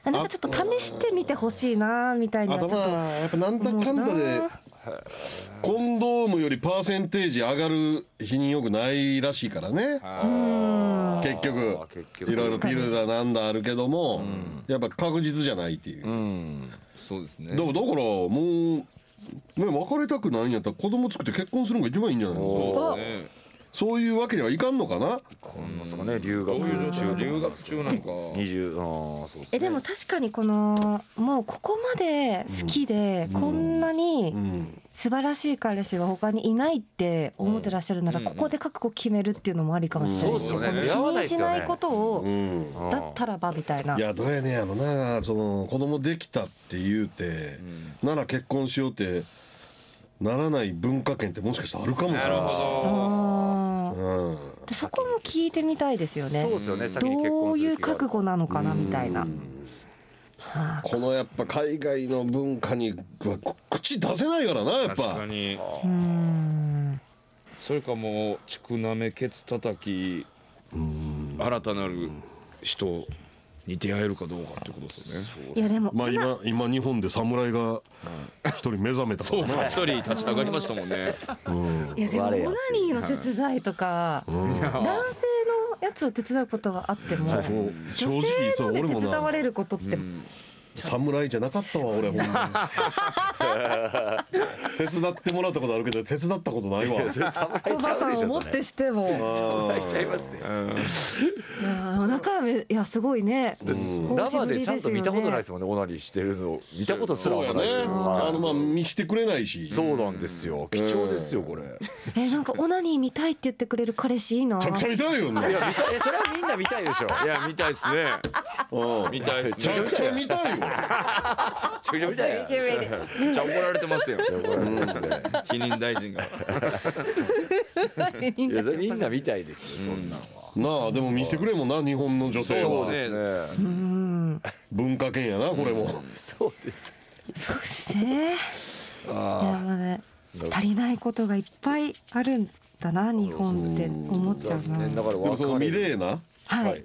E: なんかちょっと試してみてほしいなみたい
B: あ
E: なち
B: と
E: ょっと
B: まあやっぱなんだかんだで
E: もう
B: コンドームよりパーセンテージ上がる日によくないらしいからね
E: うん
B: 結
C: あー結
B: 局
C: 局
B: いろいろピルだなんだあるけどもやっぱ確実じゃないっていう
D: うん。そうですね
B: だからだからもうね別れたくないんやったら子供作って結婚するのが一番いいんじゃないですか
D: そうね。
B: そういうわけにはいかんのかな
C: こんなんですかね留
D: どう
C: 学
D: いう状
C: 中
D: 況留学中なんか。
C: 二十あーそうですね
E: えでも確かにこのもうここまで好きで、こんなに
B: うん
E: 素晴らしい彼氏は他にいないって思ってらっしゃるなら、ここで覚悟決めるっていうのもありかもしれないです
C: うんそうっすよね
E: ね
C: 出会わ
E: 否
C: ない
E: 認
C: です
E: し
C: よね
E: ないことを、
B: うん
C: うん
E: だったらばみたいない
B: やどうやねんやろなその子供できたって言うて、なら結婚しようってならない文化圏ってもしかしたらあるかもしれない
E: あー
B: うん
E: でそこも聞いてみたいですよね
C: そうですよね先に結
E: ど
C: 婚
E: う
C: す
E: い
C: る
E: う
C: 気がある
E: 覚悟なのかなみたいなはあ
B: このやっぱ海外の文化には口出せないからなやっ
D: 確か
B: ぱ
D: に。
E: うん
D: それかもうちくなめケツ叩き。新たなる人に出会えるかどうかってことですよね。
E: いやでも、
B: まあ今今日本で侍が一人目覚めたか
D: そう
B: らな
D: 一人立ち上がりましたもんね。
E: いやでもオナ
C: 我よ
E: ニーの手伝いとか、男性のやつを手伝うことはあっても、
B: そう
E: 女
B: 正直
E: 性
B: そう
E: の
B: 俺
E: で
B: も
E: 手伝
B: な
E: われることって
B: 侍じゃなかったわ俺ほんま に手伝ってもらったことあるけど手伝ったことないわ
E: コバさんをもってしても
B: あ
C: ちゃいますね
E: いやー中目いやすごいね
G: 生でちゃんと見たことないですすもんねオナニーしてるの見たことすら
B: そう
G: わか
B: や
G: らないで
B: ね
G: す
B: あのまあ見してくれないし
G: そうなんですよ貴重ですよこれい
E: えなんかオナニー見たいって言ってくれる彼氏いいな
B: めちゃくちゃ見たいよね
G: や見たいえそれはみんな見たいでしょ
D: いや見たいですね
B: うんめ
D: 見たいです
B: ち
D: ね
B: ゃくちゃ見たいよ
G: めちゃくちゃ見たい
E: イケメンで
D: めっちゃ怒られてますよ
G: うん
D: 否認大臣が
G: いやみんな見たいですよそんなのは
B: なあでも見せてくれもんな日本の女性
D: そう
B: は
D: ですね
G: ね
E: うん
B: 文化圏やなこれも
G: そうです
E: そうですね
G: あ
H: いやまあね足りないことがいっぱいあるんだな日本って思っちゃうな
G: ーだから
B: でもその
G: 別れ
B: ミ
G: る
B: レーナ
H: はい、
G: はい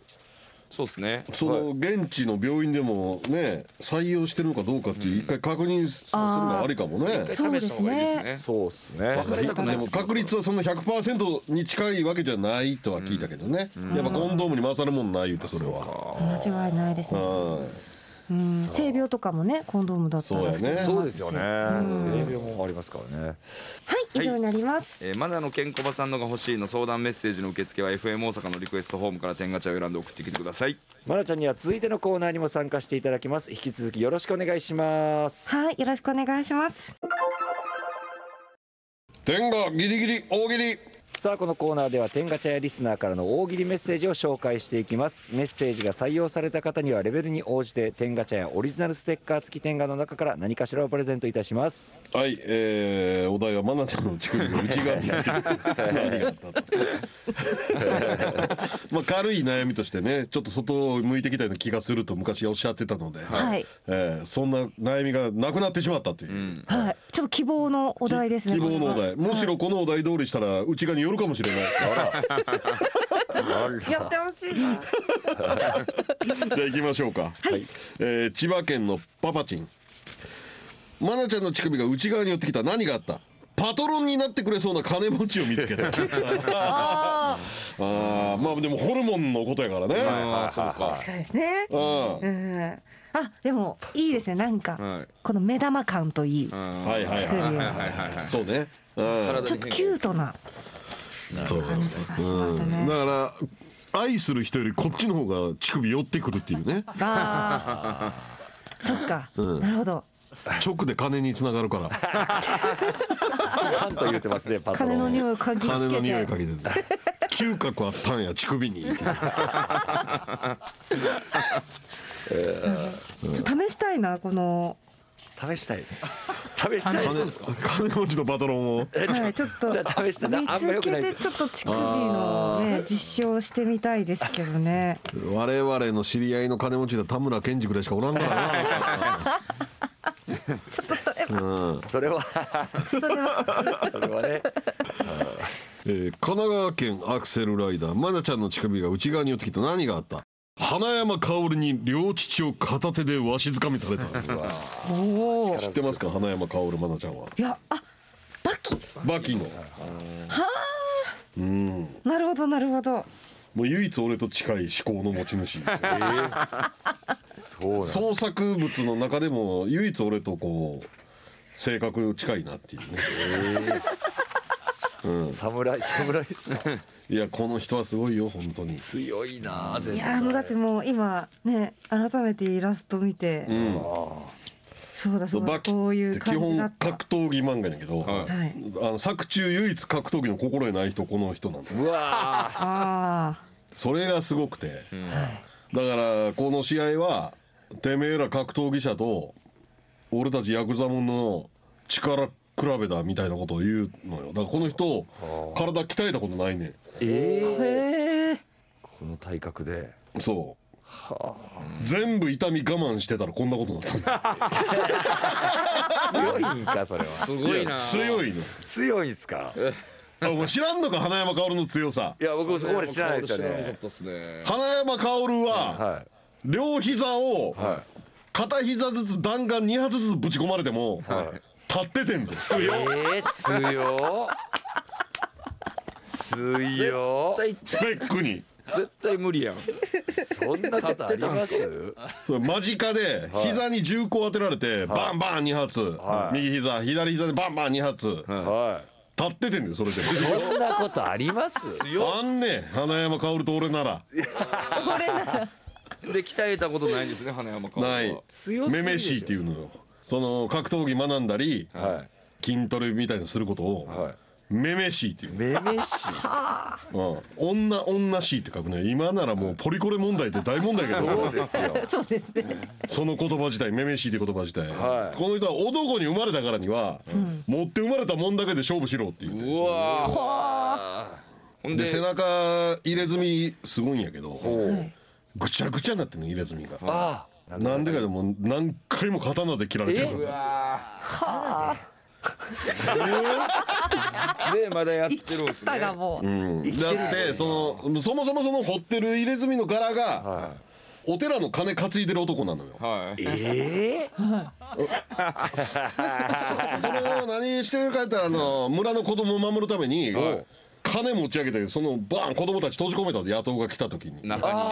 D: そうですね
B: その現地の病院でもね採用してるのかどうかっていう一回確認するのはありかもね
H: そうですね
G: そうっすね
D: 別れたくな
B: で
D: い
B: も確率はそんな100%に近いわけじゃないとは聞いたけどね、やっぱコンドームに勝るもんない言うてそれは
H: 間違いないですね
B: うん
H: うん性病とかもねコンドームだった
B: そう
H: ら
B: やね
G: そうですよね性病もありますからね
H: はい以上になります、
D: えー、まだのケンコバさんのが欲しいの相談メッセージの受付は FM 大阪のリクエストホームから天ガチャを選んで送ってきてください
C: マナちゃんには続いてのコーナーにも参加していただきます引き続きよろしくお願いします
H: はい、よろしくお願いします
B: 天がギリギリ大喜利
C: さあこのコーナーでは天ガチャやリスナーからの大喜利メッセージを紹介していきますメッセージが採用された方にはレベルに応じて天ガチャやオリジナルステッカー付き天ガの中から何かしらをプレゼントいたします
B: はい、えー、お題はマナちゃんの乳首の内側に何があったと まあ軽い悩みとしてねちょっと外を向いてきたような気がすると昔おっしゃってたので、
E: はい
B: えーそんな悩みがなくなってしまったという、
E: はいちょっと希望のお題ですね
B: 希望のお
E: これ
B: 題
E: は
B: むしろこのお題通りしたら内側に寄るかもしれない
H: やってほしいな
B: じゃあ行きましょうか、はいえー千葉県のパパチンマナちゃんの乳首が内側に寄ってきた何があったパトロンになってくれそうな金持ちを見つけ たあーまあでもホルモンのことやからね、
D: ああそうか
H: そうですね
B: うん
H: うんあでもいいですねなんか、
D: はい
H: この目玉感といい、
B: はいはい
H: 作るよ
B: は
H: う
B: い
H: な
D: はいはいはい
B: そうね、うん、
D: 体
H: ちょっとキュートな
B: そう
H: 感じがします
B: だ
H: ね、
B: から愛する人よりこっちの方が乳首寄ってくるっていうね
H: あーそっか、なるほど
B: 直で金につながるから
C: ちゃんと言ってますねパトロ
E: 金の
C: ン
E: 匂いを嗅ぎつけて
B: 金の匂いかけてる嗅覚あったんや乳首 に
H: ちょっと試したいなこの、
C: 試したい試したい
B: 金金 持ちのパトロンを
H: はい、ちょっと
C: 試したな
H: 見
C: あんま良
H: つ
C: くな
H: け
C: い
H: てちょっと乳首のね実証してみたいですけどね
B: 我々の知り合いの金持ちの田村健二ぐらいしかおらんから
H: ちょっとそれは
B: な、うん
C: そ れは
H: それは
C: それはね
B: えー神奈川県アクセルライダー愛菜ちゃんの乳首が内側に寄ってきた何があった花山薫に両乳を片手でわしづかみされた
H: おお
B: 知ってますか花山薫愛菜ちゃんはい
H: やあバキ
B: バキの
H: なるほどなるほど
B: もう唯一俺と近い思考の持ち
G: そ
B: 主
G: うなんです
B: 創作物の中でも唯一俺とこう性格近いなっていうね
G: 侍侍ですね
B: いやこの人はすごいよ本当に
G: 強いなあ
H: い
G: 全
H: やーもうだってもう今ね改めてイラスト見て、そうだそうだ
B: バキっ
H: こういう
B: て基
H: 感じだ
B: 本
H: った
B: 格闘技漫画やけど、
D: は
H: はい
B: あの作中唯一格闘技の心得ない人この人なんだよ
G: うわ
H: ああ
B: それがすごくて、だからこの試合はてめえら格闘技者と俺たちヤクザもんの力比べだみたいなことを言うのよだからこの人体鍛えたことないねん
H: へえ
G: この体格で
B: そう、全部痛み我慢してたらこんなことになったんだ
G: 強いんかそれは
D: すごいな
B: 強いの
G: 強いんすか
B: あお前知らんのか花山薫の強さ
G: いや僕もそこまで知らないですよ
D: 知らなかっ
G: ね
D: たっすね
B: 花山薫は
G: は
B: 両膝を
G: いはい
B: 片膝ずつ弾丸2発ずつぶち込まれても立っててんだよ
G: えー、強っ強っ
B: スペックに
D: 絶対無理やん
G: そんなことあります
B: それ間近で膝に銃口当てられて、バンバン2発、
G: はい
B: 右膝左膝でバンバン2発、
G: は
B: 立っててんだよそれで
G: いそんなことあります
B: あんねん花山薫と俺なら
D: で鍛えたことないんですね花山君
B: ない
G: 強すぎ
B: め
G: る
B: めしいっていうのよその格闘技学んだり、
G: は
B: 筋トレみたいにすることを、
G: は
B: めめしいっていう
G: い、めめしい
B: うん、女女しいって書くね今ならもうポリコレ問題って大問題け
G: そう
B: ど
G: ですよ
E: そうですね。
B: その言葉自体めめしいって言葉自体、
G: はい
B: この人は男に生まれたからには、持って生まれたもんだけで勝負しろっていう
D: うわーほん
B: で
D: で
B: 背中入れ墨すごいんやけど
E: はい
B: ぐちゃぐちゃになってんの入れ墨が
G: ああ
B: なんでかでも何回も刀で切られてる
D: うわーでまだやっ
E: 生
D: てるん
E: き
D: ですね
E: 方がもう、
B: だってそのそもそもその彫ってる入れ墨の柄がお寺の金担いでる男なのよ
D: はい
G: ええ
B: それを何してるかって言ったらあの村の子供を守るために
D: はい
B: 金持ち上げてそのバーン子供たち閉じ込めたで野党が来た時に
D: 中にね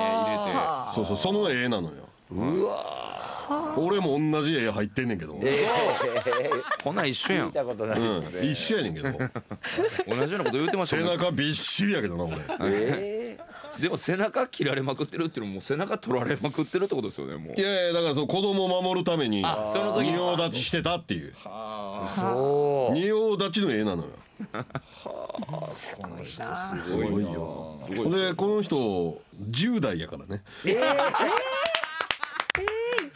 D: 入
B: そうそうその絵なのよ
G: うわ
B: 俺も同じ絵入ってんねんけど
G: え
D: れてほな一緒や
G: え見
D: ん
G: たことないですね、
B: うん一緒やねん けど
D: 同じようなこと言うてました
B: 背
D: もん
B: 中びっしりやけどな俺
G: ええ
D: でも背中切られまくってるっていうのももう背中取られまくってるってことですよねもう
B: いやいやだからその子供を守るために
D: あその時に
B: 仁王立ちしてたっていう
G: そ
B: 仁王立ちの絵なのよ
D: うすごいなすごい
B: でこの人10代やからね
G: う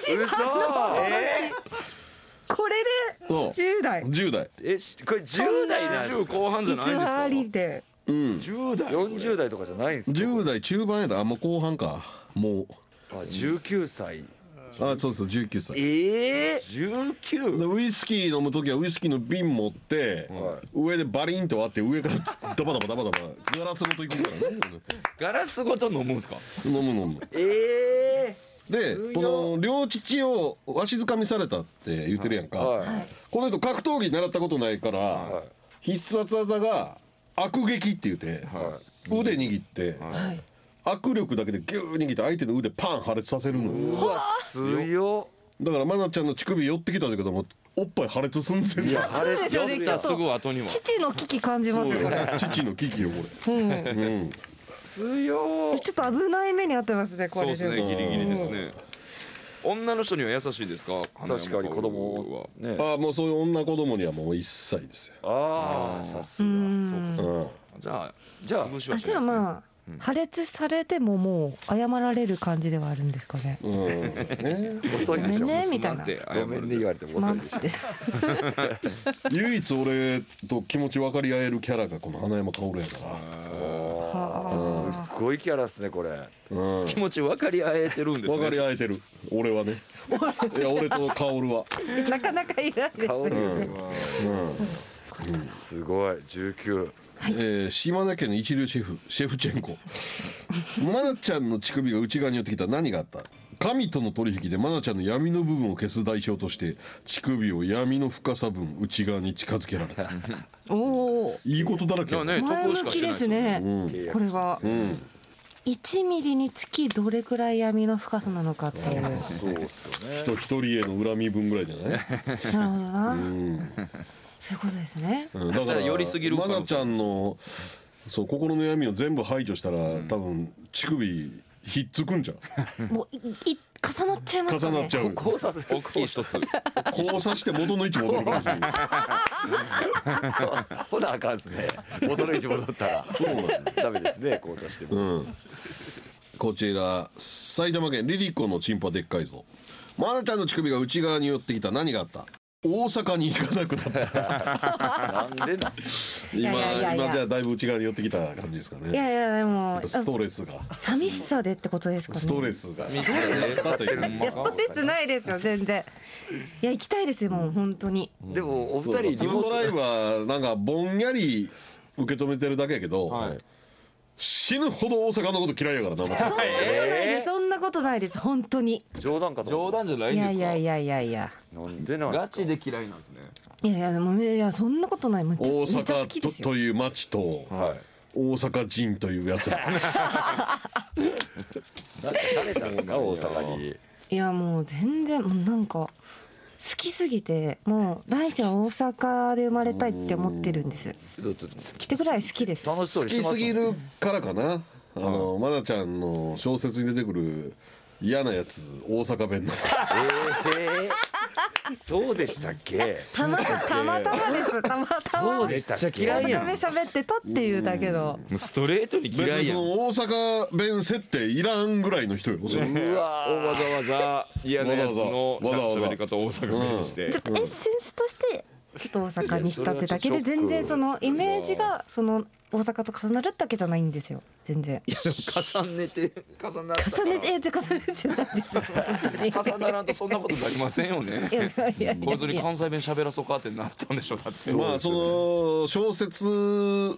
G: 嘘え
E: これで
B: そう
E: 10代
B: 10代
G: えしこれ10代なんです
D: 10後半じゃないんです
E: 偽
D: か
E: りで
B: うん
D: 10代
G: 40代とかじゃないんですか
B: 10代中盤やらあもう後半かもう
G: あ19歳
B: あそうそう19歳
G: ええ
B: で
D: 19?
B: ウイスキー飲む時はウイスキーの瓶持って、上でバリンと割って上から ダバダバダバダバガラスごといくからね
D: ガラスごと飲むんですか
B: 飲む飲む
G: え
B: で
G: 強い
B: この両父をわしづかみされたって言ってるやんか、
G: えは
B: この人格闘技習ったことないから、必殺技が悪撃って言うて、腕握って、握力だけでギュー握って相手の腕パン破裂させるの
G: い
B: よ
G: うわ強
B: だから愛菜ちゃんの乳首寄ってきたんだけどもおっぱい破裂すんですよ
G: いやあれ
E: そうですよね
D: い
E: ちょ
D: や
E: っ
D: す
E: と
D: ぐ後には
E: 父の危機感じますよこれ、
B: 父の危機よこ
E: うん、
B: れ、うん、
G: 強
E: ちょっと危ない目にあってますねこ
D: そう
E: れ
D: ですねギリギリですね女の人には優しいですか
G: 確かに子供ね
B: ああもうそういう女子供にはもう一切ですよ、
G: ああさすが
E: うん
B: うん、
D: じゃあ
G: じゃあ
D: 潰し
E: あ
D: はし
E: じ
D: ないで
E: ゃあ
D: すね
E: まあ、破裂されてももう謝られる感じではあるんですかね。
B: うんそ
G: 遅
B: うね、
G: いんでしょ
E: ごめんね
D: す
E: み
D: ま
E: たい
D: ん
E: な
D: って謝
G: ご
D: る
G: めんね言われても
E: ま
G: 遅
E: あ
G: い
E: つって。
B: 唯一俺と気持ち分かり合えるキャラがこの花山薫やか
E: は
G: すごいキャラですねこれ
B: ら、うん、
D: 気持ち分かり合えてるんです
B: 分かり
D: ね
B: 合えてる俺はねいや俺と薫は、
E: あなかなかいないで
G: 香
E: す
G: り
B: う
E: ね。
B: んうん
G: すごい19
B: えー島根県の一流シェフシェフチェンコマナちゃんの乳首が内側に寄ってきた何があった神との取引でマナちゃんの闇の部分を消す代償として乳首を闇の深さ分内側に近づけられた
E: おお
B: いいことだらけ
D: い
B: や
D: や
B: ね
D: ね
E: 前
D: 得し
E: 向
D: か
E: き
D: してな
E: で
D: い
E: すね。これは
B: うん
E: 1ミリにつきどれくらい闇の深さなのかっていう。なる
G: そうですよね
B: 人一人への恨み分ぐらいじゃない、
E: ほどな。
B: うん
E: そういうことですね。
B: うんだ
D: だから寄りすぎる
B: マ
D: 可能性
B: ナちゃんのそう心の闇を全部排除したら、多分乳首ひっつくんじゃう
E: もういい重なっちゃいます
B: 重
E: かね。
B: なっちゃうよ
G: 交差する
D: 大きい一つ
B: 交差して元の位置戻るかもしれない
G: ほなあかんですね元の位置戻ったらダメですね交差しても
B: うん、こちら埼玉県リリコのチンパでっかいぞマナちゃんの乳首が内側に寄ってきた何があった大阪に行かなくなった
G: なんでなん
B: 今
E: いやいやいや
B: 今じゃあだいぶ内側に寄ってきた感じですかね
E: いやいやで
B: や
E: も
B: っぱストレスが
E: 寂しさでってことですかね。
B: ストレスが
D: ストレス
B: だったという
E: いやストレスないですよ全然。いや行きたいですよもう本当に。
G: でもお
B: そう
G: 二人
B: ツ
G: リ
B: ー
G: モ
B: トライ
G: ー
B: ブはなんかぼんやり受け止めてるだけやけど、
D: はい
B: 死ぬほど大阪のこと嫌いやからなマナちゃん
E: そんなことないですそんなことないです本当に。
G: ト冗談かと思
D: 冗
G: った
D: 談じゃない
E: い
D: んで
E: や
D: す
E: い
D: か
E: やいやいやいや。
G: なんでなんすか
D: ガチで嫌いなんですね
E: いやいやでもいやいやそんなことないむっちゃ
B: 大
E: めっちゃ好きで
B: 阪と
E: すよ
B: という町と
G: はい
B: 大阪人というやつら
C: 誰なんですか大阪に
E: いやもう全然もうなんか好きすぎてもう来世は大阪で生まれたいって思ってるんですっ
C: だって好き
E: てぐらい好きです
C: 楽しそう
B: 好
C: にして
B: き
C: ますすも
B: ぎ
C: ん
B: るからかなあの愛菜ちゃんの小説に出てくる嫌なやつ大阪弁の
C: えーそうでしたっけ
E: たまたまたまですたまた
C: そう
E: ま
C: でしたっけ
E: たまたま喋ってたっていうだけど
D: もうストレートに
B: 別
D: 嫌
B: に
D: い
B: そ
D: やん
B: の
D: わ
B: 大阪弁設定いらんぐらいの人よそれ
D: ざわざ嫌なやつの
B: わざわざ
D: 喋り方を大阪弁にして
E: ちょっとエッセンスとしてちょっと大阪にしたってだけで全然そのイメージがその大阪と重なるってわけじゃないんですよ全然
D: いやでも重ねて重なったか
E: 重ね
D: ら
E: てえ重ねてないですよ
D: 重ならんとそんなことになりませんよね
E: いやいやいやいや
D: こいつに関西弁喋らそうかってなったんでしょだって
B: まあその小説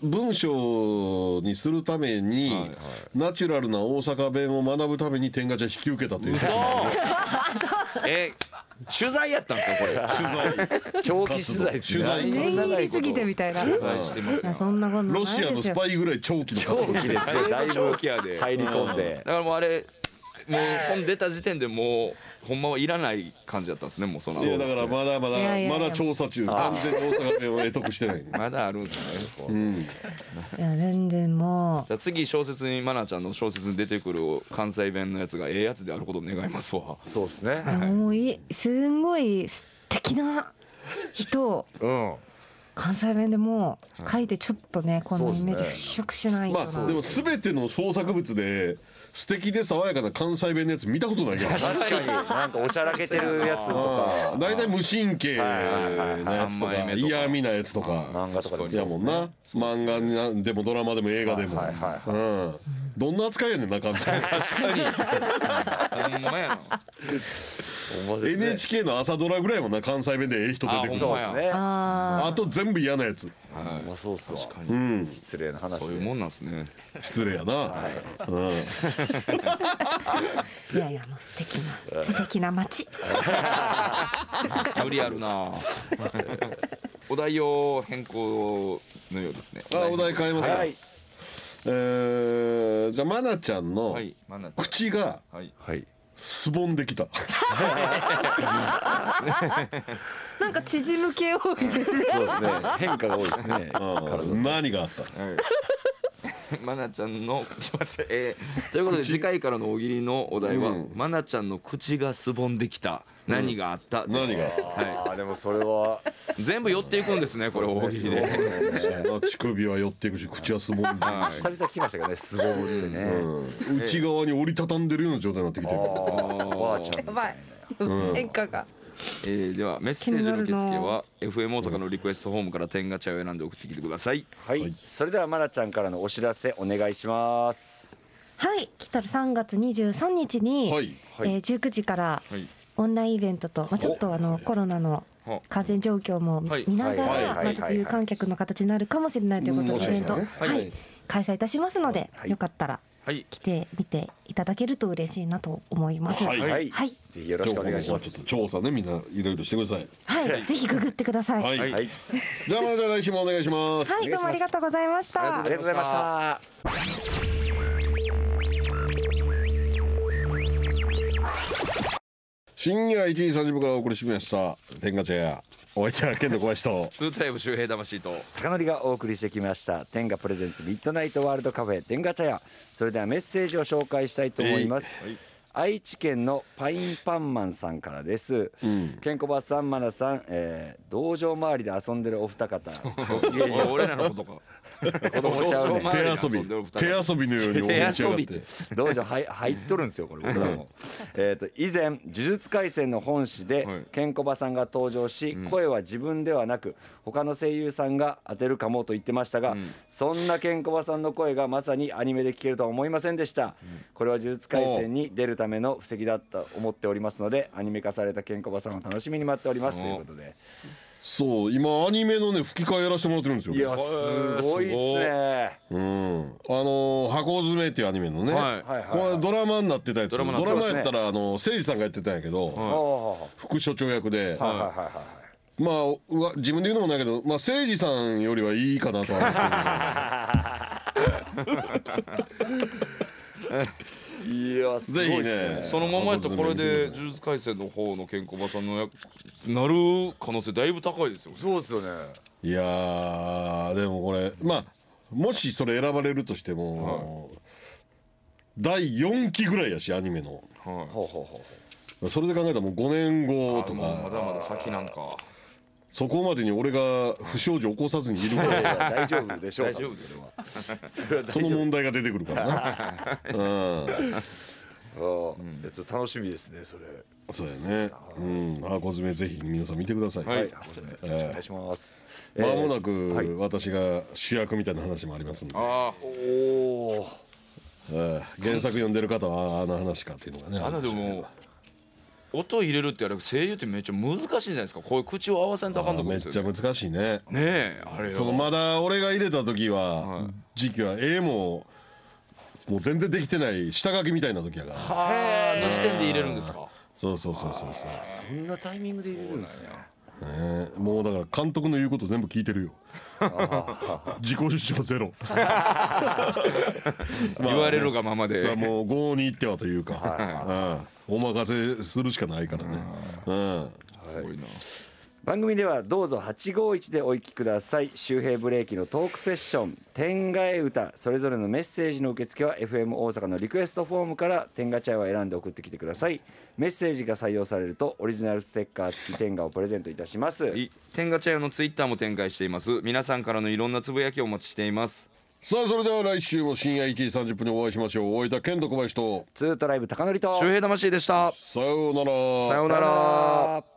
B: 文章にするために、ナチュラルな大阪弁を学ぶために天下茶引き受けたという説もある
D: え取材やったんですかこれ
B: 取材
C: 長期取材
B: 取材
E: 念入りすぎてみたいな。い
D: 取材してます
E: や
D: よ
E: そんなことない
B: ロ
E: です
B: シ
E: よ。
B: アのスパイぐらい長期の活動
C: 長期ですねだいぶ
D: 長期やでだ
C: 入り込んで
D: からもうあれもう本出た時点でもうほんまはいらない感じだったんですねもうその
B: いやだからまだまだ
E: いやいやいや
B: まだ調査中完全に大阪弁を得得してない
D: まだあるんですねこう
E: いや全然も
D: じゃあ次小説に愛菜ちゃんの小説に出てくる関西弁のやつがええやつであることを願いますわ
C: そうですね
E: うもういいすんごい素敵な人を
C: うん
E: 関西弁でもう書いてちょっとねこのイメージ
C: そうで
E: 払拭しないと
B: ま
E: な。
B: あでも全ての創作物で素敵で爽やかな関西弁のやつ見たことない から
C: 確かになんかおちゃらけてるやつとか
B: 大体無神経な
C: はいはいはい
B: やつと
D: 三枚
B: か
D: 目とか
B: 嫌味なやつとか
C: 漫画とかでも
B: いやもんな漫画になんでもドラマでも映画でも
C: はいはいはい
B: うんどんな扱いやねんな関西 弁
D: 確かにほんまや
C: ほ
D: な
C: んまですね
B: NHK の朝ドラぐらいもんな関西弁でええ人出てくる
D: あほん
C: そう
D: ま
C: で
D: や
C: すね
E: あ
B: あと全部嫌なやつ
C: まあそうっすわ
D: 確かに
B: うん
C: 失礼な話
D: そう
C: で
D: いうもんなんですね
B: 失礼やなうん
E: ーいやいやもう素敵な素敵な街。
D: 無理あるなお題を変更のようですね
B: あお題変えますか
C: はい
B: えーじゃあ愛菜ちゃんの
D: はい愛菜ちゃん
B: 口が
D: はい
C: はい
B: すぼんで きた
E: なんか縮む系多いですね。
C: そうですね変化が多いですね
B: うん何があった
D: マナちゃんのちょっと待って、えーということで次回からの大喜利のお題は、マナちゃんの口がすぼんできた何があったです、
B: 何が
D: は
C: ああでもそれは
D: い、全部寄っていくんですねこれ大喜利で
B: そう乳首は寄っていくし口はすぼんでいく
D: はい
C: 久々聞きましたけどねすごいってね
B: うん内側に折りたたんでるような状態になってきてる
C: あーおばあちゃんみた
E: や
C: い
E: ばい。演歌が。
D: えーではメッセージの受付
E: 気になる
D: は FM 大阪のリクエストホームから天ガチャを選んで送ってきてください
C: はいそれではまなちゃんからのお知らせお願いします
E: はい。来たる3月23日に、
B: はい
E: えー19時から
D: はい
E: オンラインイベントと、まあ、ちょっとあのコロナの
D: は
E: 感染状況も
D: はい
E: 見なが
C: はいはいはい
E: ら、
C: はい
E: まあ、ちょっと有観客の形になるかもしれないということで、イベント、
B: うんもしかした
E: は
B: らねはい
E: い、開催いたしますので、よかったら
D: はい
E: 来てみていただけると嬉しいなと思います。はい、
C: はい
E: はい
C: ぜひよろしくお願いし
B: 情報
C: ま
B: は
C: す
B: ちょっと調査ねみんないろいろしてください
E: ぜひググってください。
B: は
E: はいい、
C: はいあり
B: じゃあまた来週もお願いします
E: どうもありがとうございました。
C: がとうございました
B: 深夜1時30分からお送りしました天下茶屋お相手は剣道小林と
D: ツートライブ周平魂と
C: 高典がお送りしてきました天下プレゼンツミッドナイトワールドカフェ天下茶屋それではメッセージを紹介したいと思います、愛知県のパインパンマンさんからです、ケンコバさんマナさん、えー道場周りで遊んでるお二方ごきげんよう
D: お俺らのことか
C: 子供ちゃうね
B: 手
D: 手
B: 遊
D: 遊
B: び
D: び
B: 手遊びのように思いやがって
C: 道場はい入っとるんですよこれ僕らもえーと以前「呪術廻戦」の本誌で
D: はい
C: ケンコバさんが登場し、声は自分ではなく他の声優さんが当てるかもと言ってましたが、そんなケンコバさんの声がまさにアニメで聞けるとは思いませんでした、これは「呪術廻戦」に出るための布石だと思っておりますのでアニメ化されたケンコバさんを楽しみに待っておりますということで
B: そう今アニメのね吹き替えやらせてもらってるんですよ
C: いや
D: ー
C: すごいっすね
B: うん、あのー箱詰め」っていうアニメのね、
D: はい
C: はいはい
B: これドラマになってたやつド
D: ドラマにな
B: ラ
D: ってます
B: マやったらあの誠司さんがやってたんやけど、
C: あーは
B: 副所長役で、
C: いはいはいはい
B: まあ うわ自分で言うのもないけど、まあ、誠司さんよりはいいかなとは思ってる
C: いやすご
B: ぜ
C: い
B: ひ
C: ですね
B: ね
D: そのままやとこれで呪術廻戦の方のケンコバさんの役なる可能性だいぶ高いですよ
C: そうですよね
B: いやーでもこれまあもしそれ選ばれるとしても、第4期ぐらいやしアニメの
C: ほうほうほ
B: それで考えたらもう5年後と
D: まあ
B: か
D: まだまだ先なんか
B: そこまでに俺が不祥事起こさずにいるか
C: ういや い
B: ら
C: や大丈夫でしょう
D: 大
C: か
D: 丈夫ですよ
B: その問題が出てくるからな うん
C: あーいやちょっと楽しみですねそれ
B: そうやねうんあコズメぜひ皆さん見てください、
D: はい
C: よろしくお願いします、え
B: まも
C: ー
B: なく私が主役みたいな話もありますんで、
D: あ
C: おお
B: えー原作読んでる方はあの話かっていうのがね
D: ああなでも音入れるってあれ声優ってめっちゃ難しいんじゃないですかこういう口を合わせんとあかんとこ
B: め
D: で
B: っ
D: す
B: ちゃ
D: よね
B: 難しいね
D: ねえあれよ
B: そのまだ俺が入れた時は、
D: はい
B: 時期は絵ももう全然できてない下書きみたいな時やから
D: あーの時点で入れるんですか
B: そうそうそうそうそ
C: そんなタイミングで入れるんですね
B: う、ねえ、もうだから監督の言うこと全部聞いてるよ自己主張ゼ ロ
D: 言われるがままで
B: それはもう郷に行ってはというか、うん、お任せするしかないからね、うん、
D: すごいな
C: 番組ではどうぞ851でお聞きください周平ブレーキのトークセッション「天外歌」それぞれのメッセージの受付は FM 大阪のリクエストフォームから天ガチャイを選んで送ってきてくださいメッセージが採用されるとオリジナルステッカー付き天ガをプレゼントいたします
D: い天ガチャ屋のツイッターも展開しています皆さんからのいろんなつぶやきをお待ちしています
B: さあそれでは来週も深夜1時30分にお会いしましょう大分健と小林と
C: ツートライブ高典と
D: 周平魂でした
B: さようなら
D: さような
C: さよう
D: ら
C: なら